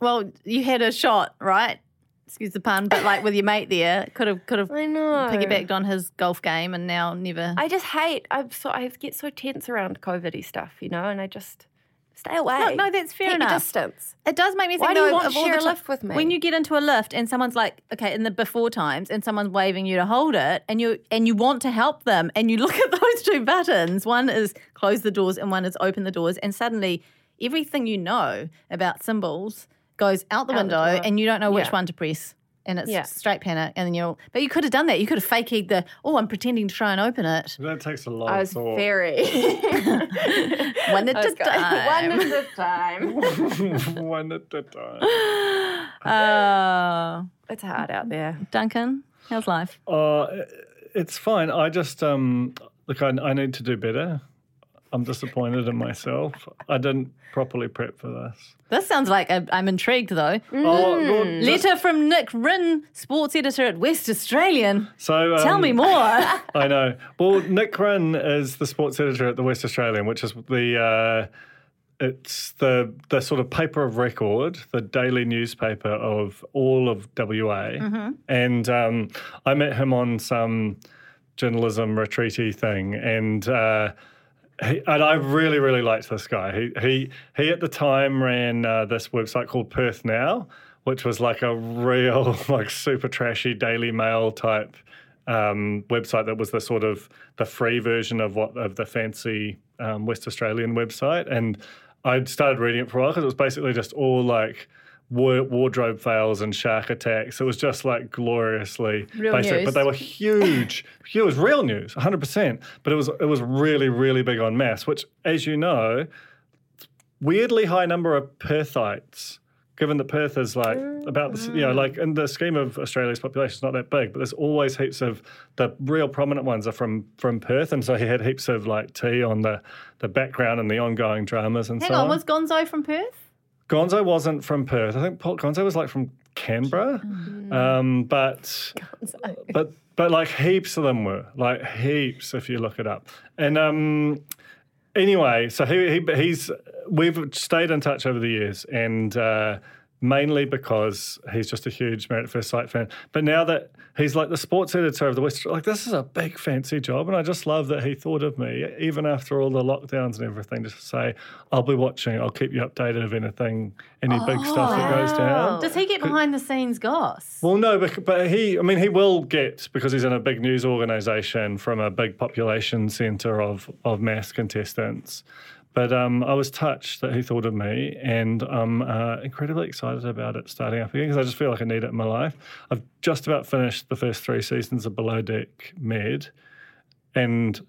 Speaker 3: Well, you had a shot, right? Excuse the pun, but like with your mate there, could have could have
Speaker 4: I know.
Speaker 3: piggybacked on his golf game, and now never.
Speaker 4: I just hate. I'm so I get so tense around COVIDy stuff, you know, and I just stay away.
Speaker 3: Look, no, that's fair
Speaker 4: Keep your
Speaker 3: enough.
Speaker 4: distance.
Speaker 3: It does make me think
Speaker 4: Why do you
Speaker 3: though,
Speaker 4: want
Speaker 3: of all
Speaker 4: share
Speaker 3: the
Speaker 4: a
Speaker 3: ti-
Speaker 4: lift with me?
Speaker 3: When you get into a lift and someone's like, okay, in the before times, and someone's waving you to hold it, and you and you want to help them, and you look at those two buttons. One is close the doors, and one is open the doors, and suddenly everything you know about symbols goes out the
Speaker 4: Out the
Speaker 3: window,
Speaker 4: door.
Speaker 3: and you don't know which
Speaker 4: Yeah.
Speaker 3: one to press. And it's
Speaker 4: Yeah.
Speaker 3: straight panic, and then you're. But you could have done that. You could have faked the. Oh, I'm pretending to try and open it.
Speaker 5: That takes a lot
Speaker 4: I
Speaker 5: of
Speaker 4: was
Speaker 5: thought.
Speaker 4: very
Speaker 3: One at
Speaker 4: I was
Speaker 3: a
Speaker 4: go-
Speaker 3: time.
Speaker 4: One at a time.
Speaker 5: One at a time.
Speaker 3: Oh,
Speaker 4: it's hard out there.
Speaker 3: Duncan, how's life?
Speaker 5: Uh, it's fine. I just um, look. I, I need to do better. I'm disappointed in myself. I didn't properly prep for this.
Speaker 3: This sounds like a, I'm intrigued though.
Speaker 5: Oh, Lord, just-
Speaker 3: Letter from Nick Rinn, sports editor at West Australian.
Speaker 5: so um,
Speaker 3: Tell me more.
Speaker 5: I know. Well, Nick Run is the sports editor at the West Australian, which is the uh, it's the the sort of paper of record, the daily newspaper of all of WA.
Speaker 3: Mm-hmm.
Speaker 5: And um, I met him on some journalism retreaty thing, and. Uh, he, and I really, really liked this guy. He he he at the time ran uh, this website called Perth Now, which was like a real like super trashy Daily Mail type um, website that was the sort of the free version of what of the fancy um, West Australian website. And I started reading it for a while because it was basically just all like. wa- Wardrobe fails and shark attacks. It was just like gloriously
Speaker 3: Real
Speaker 5: basic,
Speaker 3: news.
Speaker 5: but they were huge. huge. It was real news, 100%. But it was it was really, really big on mass, which, as you know, weirdly high number of Perthites, given that Perth is like about, the, s- you know, like in the scheme of Australia's population, it's not that big, but there's always heaps of the real prominent ones are from from Perth. And so he had heaps of like tea on the, the background and the ongoing dramas and
Speaker 3: Hang
Speaker 5: so
Speaker 3: on, was Gonzo from Perth?
Speaker 5: Gonzo wasn't from Perth. I think Paul Gonzo was like from Canberra, um, but but but like heaps of them were like heaps if you look it up. And um, anyway, so he, he he's we've stayed in touch over the years, and uh, mainly because he's just a huge Merit First Sight fan. But now that he's like the sports editor of the West, like this is a big fancy job, and I just love that he thought of me even after all the lockdowns and everything, just to say I'll be watching, I'll keep you updated of anything, any big stuff that goes down.
Speaker 3: Does he get behind the scenes goss?
Speaker 5: Well, no, but, but he, I mean, he will get, because he's in a big news organisation from a big population centre of, of mass contestants. But um, I was touched that he thought of me, and I'm uh, incredibly excited about it starting up again because I just feel like I need it in my life. I've just about finished the first three seasons of Below Deck Med, and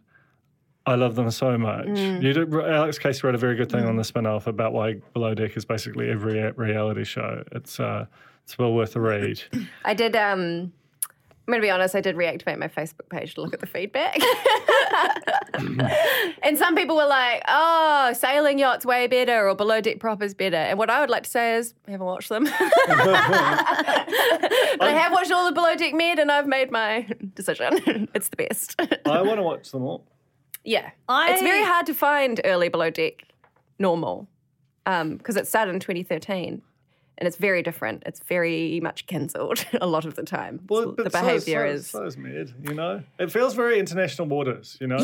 Speaker 5: I love them so much. You did, Alex Casey wrote a very good thing on the spin off about why Below Deck is basically every reality show. It's, uh, it's well worth a read.
Speaker 4: I did. um I'm going to be honest, I did reactivate my Facebook page to look at the feedback. and some people were like, oh, sailing yachts way better or below deck prop is better. And what I would like to say is, I haven't watched them. but I have watched all the below deck med and I've made my decision. it's the best.
Speaker 5: I want to watch them all.
Speaker 4: yeah.
Speaker 3: I-
Speaker 4: It's very hard to find early below deck normal because it started in 2013. And it's very different. It's very much cancelled a lot of the time. the
Speaker 5: so-
Speaker 4: behaviour
Speaker 5: so-
Speaker 4: is.
Speaker 5: so is mid, you know. It feels very international waters, you know.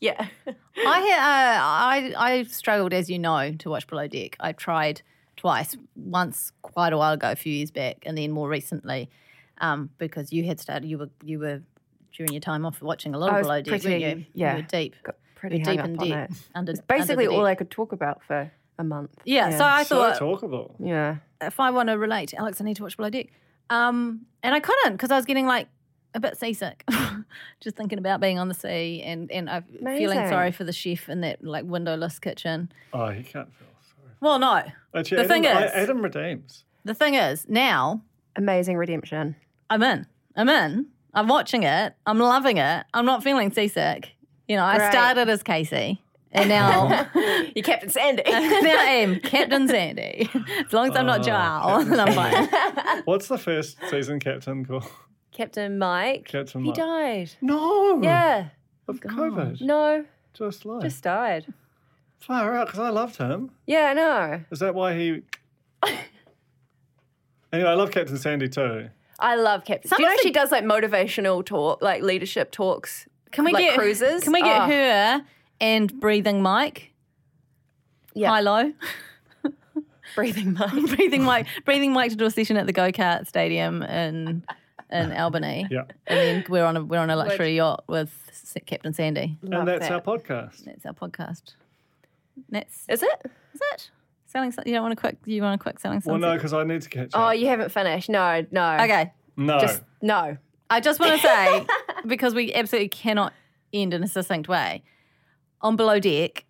Speaker 4: Yeah.
Speaker 3: I, uh, I I struggled, as you know, to watch Below Deck. I tried twice, once quite a while ago, a few years back, and then more recently, um, because you had started. You were you were during your time off watching a lot
Speaker 4: I
Speaker 3: of
Speaker 4: was
Speaker 3: Below Deck.
Speaker 4: pretty-
Speaker 3: weren't you?
Speaker 4: yeah,
Speaker 3: you were deep,
Speaker 4: Got pretty
Speaker 3: You're
Speaker 4: hung
Speaker 3: deep
Speaker 4: up
Speaker 3: in
Speaker 4: on
Speaker 3: deep.
Speaker 4: it.
Speaker 3: Under
Speaker 4: Basically, all I
Speaker 3: like
Speaker 4: could talk about for a month.
Speaker 3: yeah, So I
Speaker 5: So
Speaker 3: thought
Speaker 5: talkable.
Speaker 4: Yeah.
Speaker 3: if I want to relate to Alex, I need to watch Below Deck. Um, and I couldn't because I was getting like a bit seasick just thinking about being on the sea and, and i feeling
Speaker 4: Amazing.
Speaker 3: sorry for the chef in that like windowless kitchen.
Speaker 5: Oh, he can't feel sorry.
Speaker 3: Well, no.
Speaker 5: Actually,
Speaker 3: The
Speaker 5: Adam,
Speaker 3: thing
Speaker 5: I-
Speaker 3: is-
Speaker 5: Adam redeems.
Speaker 3: The thing is, now
Speaker 4: Amazing redemption.
Speaker 3: I'm in. I'm in. I'm watching it. I'm loving it. I'm not feeling seasick. You know, I
Speaker 4: Right.
Speaker 3: started as Casey and now,
Speaker 4: You Captain Sandy.
Speaker 3: now I am Captain Sandy. As long as I'm not Joel, then I'm fine.
Speaker 5: What's the first season captain called?
Speaker 4: Captain Mike.
Speaker 5: Captain
Speaker 4: he
Speaker 5: Mike.
Speaker 4: died.
Speaker 5: No.
Speaker 4: Yeah.
Speaker 5: Of COVID.
Speaker 4: No,
Speaker 5: Just like.
Speaker 4: just died.
Speaker 5: Far out, because I loved him.
Speaker 4: Yeah, I know.
Speaker 5: Is that why he. anyway, I love Captain Sandy too.
Speaker 4: I love Captain.
Speaker 3: Some
Speaker 4: Do you
Speaker 3: of
Speaker 4: know
Speaker 3: the-
Speaker 4: she does like motivational talk, like leadership talks?
Speaker 3: Can we
Speaker 4: Like
Speaker 3: get
Speaker 4: cruises?
Speaker 3: Can we get
Speaker 4: Oh.
Speaker 3: her and breathing Mike?
Speaker 4: Yeah.
Speaker 3: High low.
Speaker 4: Breathing Mike.
Speaker 3: breathing Mike. Breathing Mike to do a session at the go kart stadium in in Albany.
Speaker 5: Yeah.
Speaker 3: And then we're on a we're on a luxury yacht with S- Captain Sandy.
Speaker 5: and that's
Speaker 4: that.
Speaker 5: our podcast.
Speaker 3: That's our podcast. That's
Speaker 4: Is it?
Speaker 3: is it. Selling sun- you don't want a quick you want a quick selling
Speaker 5: Well,
Speaker 3: sunset.
Speaker 5: no, because I need to catch
Speaker 4: Oh,
Speaker 5: up.
Speaker 4: you haven't finished. No, no.
Speaker 3: Okay.
Speaker 5: no.
Speaker 4: Just no.
Speaker 3: I just want to say because we absolutely cannot end in a succinct way on below deck.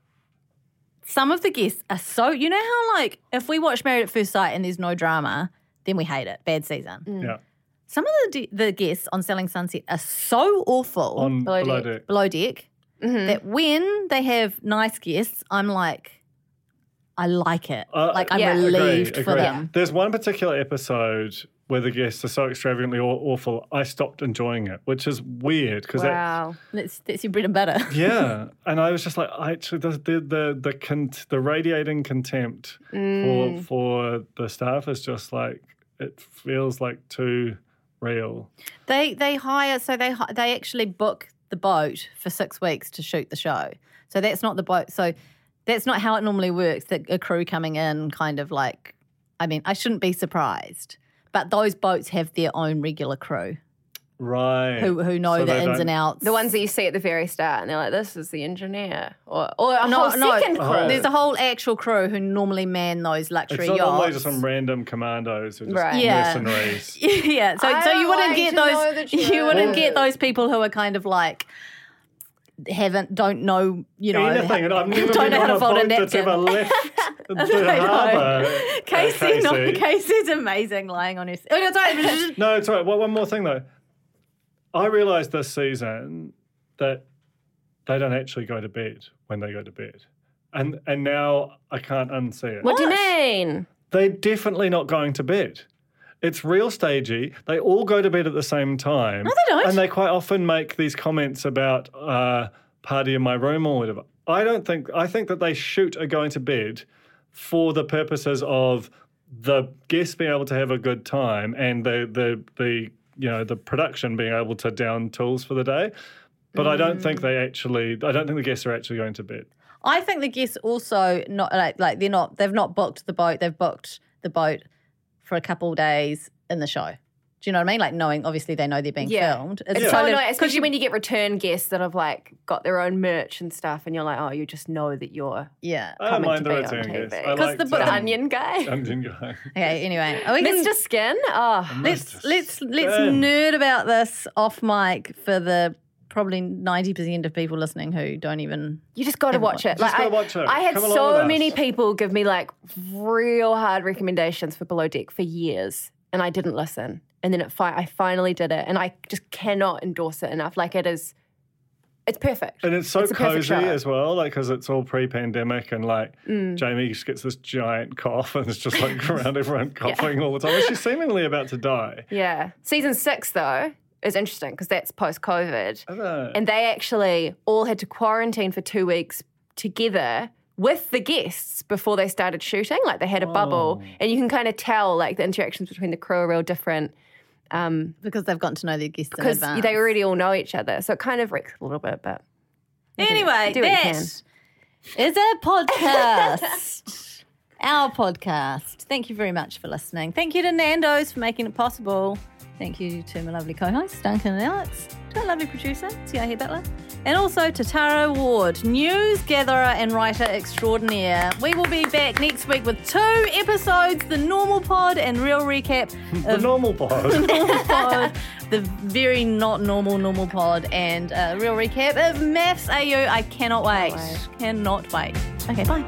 Speaker 3: Some of the guests are so you know how like if we watch Married at First Sight and there's no drama, then we hate it. Bad season.
Speaker 5: yeah.
Speaker 3: Some of the the guests on Selling Sunset are so awful
Speaker 5: On
Speaker 4: Below Mm-hmm.
Speaker 5: below,
Speaker 4: Deck.
Speaker 5: deck.
Speaker 3: below deck that when they have nice guests, I'm like, I like it.
Speaker 5: Uh,
Speaker 3: like I'm
Speaker 4: yeah. Agree,
Speaker 3: relieved for
Speaker 5: Agree.
Speaker 3: them.
Speaker 5: There's one particular episode where the guests are so extravagantly aw- awful, I stopped enjoying it, which is weird because
Speaker 4: Wow.
Speaker 3: That's that's your bread and butter.
Speaker 5: yeah, and I was just like, I actually the the the the, cont- the radiating contempt
Speaker 3: Mm.
Speaker 5: for for the staff is just like it feels like too real.
Speaker 3: They they hire so they hi- they actually book the boat for six weeks to shoot the show. So that's not the boat. So that's not how it normally works. That a crew coming in, kind of like, I mean, I shouldn't be surprised. But those boats have their own regular crew
Speaker 5: Right.
Speaker 3: who who know
Speaker 5: So
Speaker 3: the
Speaker 5: they
Speaker 3: ins
Speaker 5: don't-
Speaker 3: and outs.
Speaker 4: The ones that you see at the very start, and they're like, "This is the engineer," or or a
Speaker 3: No,
Speaker 4: whole
Speaker 3: no.
Speaker 4: second crew.
Speaker 5: Oh.
Speaker 3: There's a whole actual crew who normally man those
Speaker 5: It's
Speaker 3: luxury
Speaker 5: not
Speaker 3: yachts.
Speaker 5: normally just some random commandos who just
Speaker 4: Right.
Speaker 3: Yeah.
Speaker 5: mercenaries.
Speaker 3: yeah, so
Speaker 4: I
Speaker 3: so you
Speaker 4: don't
Speaker 3: wouldn't
Speaker 4: like
Speaker 3: get
Speaker 4: to know
Speaker 3: those
Speaker 4: the
Speaker 3: you wouldn't get
Speaker 4: truth.
Speaker 3: those people who are kind of like haven't don't know you know
Speaker 5: Anything, and I've never
Speaker 3: don't know
Speaker 5: been
Speaker 3: how
Speaker 5: on
Speaker 3: to
Speaker 5: a
Speaker 3: fold a
Speaker 5: boat that's
Speaker 3: napkin.
Speaker 5: ever left the
Speaker 3: know.
Speaker 5: harbour.
Speaker 3: Casey,
Speaker 5: Uh,
Speaker 3: No, Casey's amazing lying on his. Oh, no, sorry.
Speaker 5: No, it's all right. Well, one more thing though. I realised this season that they don't actually go to bed when they go to bed. And and now I can't unsee it.
Speaker 4: What do you mean?
Speaker 5: They're definitely not going to bed. It's real stagey. They all go to bed at the same time. No,
Speaker 3: they don't.
Speaker 5: And they quite often make these comments about uh, party in my room or whatever. I don't think I think that they shoot are going to bed for the purposes of the guests being able to have a good time and the the the you know the production being able to down tools for the day. But I don't
Speaker 3: Mm.
Speaker 5: think they actually. I don't think the guests are actually going to bed.
Speaker 3: I think the guests also not like like they're not they've not booked the boat. They've booked the boat for a couple days in the show. Do you know what I mean? Like knowing obviously they know they're being
Speaker 4: Yeah.
Speaker 3: filmed.
Speaker 4: It's
Speaker 3: so
Speaker 4: so
Speaker 3: they've-
Speaker 4: annoying, especially when you get return guests that have like got their own merch and stuff, and you're like, "Oh, you just know that you're
Speaker 3: yeah.
Speaker 5: I don't
Speaker 4: Coming
Speaker 5: mind
Speaker 4: to
Speaker 5: the
Speaker 4: bed on
Speaker 5: return guests. I
Speaker 4: 'Cause the
Speaker 5: like
Speaker 3: bo-
Speaker 4: the onion guy."
Speaker 5: Onion guy.
Speaker 3: Okay. Anyway, are we gonna-
Speaker 4: Mr. Skin. Oh,
Speaker 3: let's let's let's
Speaker 5: Damn.
Speaker 3: nerd about this off mic for the probably ninety percent of people listening who don't even.
Speaker 4: You just got to watch it.
Speaker 5: Just gotta
Speaker 4: I,
Speaker 5: watch it.
Speaker 4: I had
Speaker 5: Come along with
Speaker 4: so
Speaker 5: us.
Speaker 4: many people give me like real hard recommendations for Below Deck for years, and I didn't listen. And then it fi- I finally did it, and I just cannot endorse it enough. Like it is, it's perfect.
Speaker 5: And it's so
Speaker 4: a perfect
Speaker 5: cozy
Speaker 4: show.
Speaker 5: as well, like because it's all pre-pandemic, and like Jamie just gets this giant cough, and it's just like around everyone coughing all the time. And she's seemingly about to die.
Speaker 4: yeah. Season six though is interesting because that's post COVID,
Speaker 5: Uh,
Speaker 4: and they actually all had to quarantine for two weeks together with the guests before they started shooting. Like they had a
Speaker 5: Oh.
Speaker 4: bubble, and you can kind of tell like the interactions between the crew are real different.
Speaker 3: Because they've gotten to know their guests in
Speaker 4: because
Speaker 3: advance.
Speaker 4: they already all know each other. So it kind of wrecks a little bit, but
Speaker 3: Anyway,
Speaker 4: do what you
Speaker 3: that
Speaker 4: can.
Speaker 3: is our podcast. our podcast. Thank you very much for listening. Thank you to Nando's for making it possible. Thank you to my lovely co hosts, Duncan and Alex, to our lovely producer, Tiahi Butler, and also to Tara Ward, news gatherer and writer extraordinaire. We will be back next week with two episodes the normal pod and real recap
Speaker 5: The
Speaker 3: of
Speaker 5: normal pod.
Speaker 3: normal pod, the very not normal normal pod, and a real recap of Maths AU. I cannot wait. Cannot wait. Okay, bye.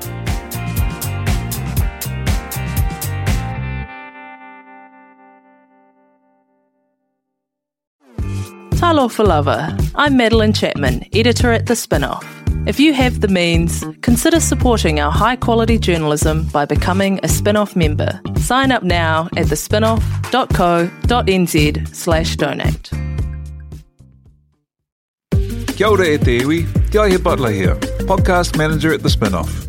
Speaker 8: Talo for Lover. I'm Madeline Chapman, editor at The Spinoff. If you have the means, consider supporting our high quality journalism by becoming a Spinoff member. Sign up now at thespinoff.co.nz slash donate.
Speaker 2: Kia ora e te iwi, Te Aihe Butler here, podcast manager at The Spinoff.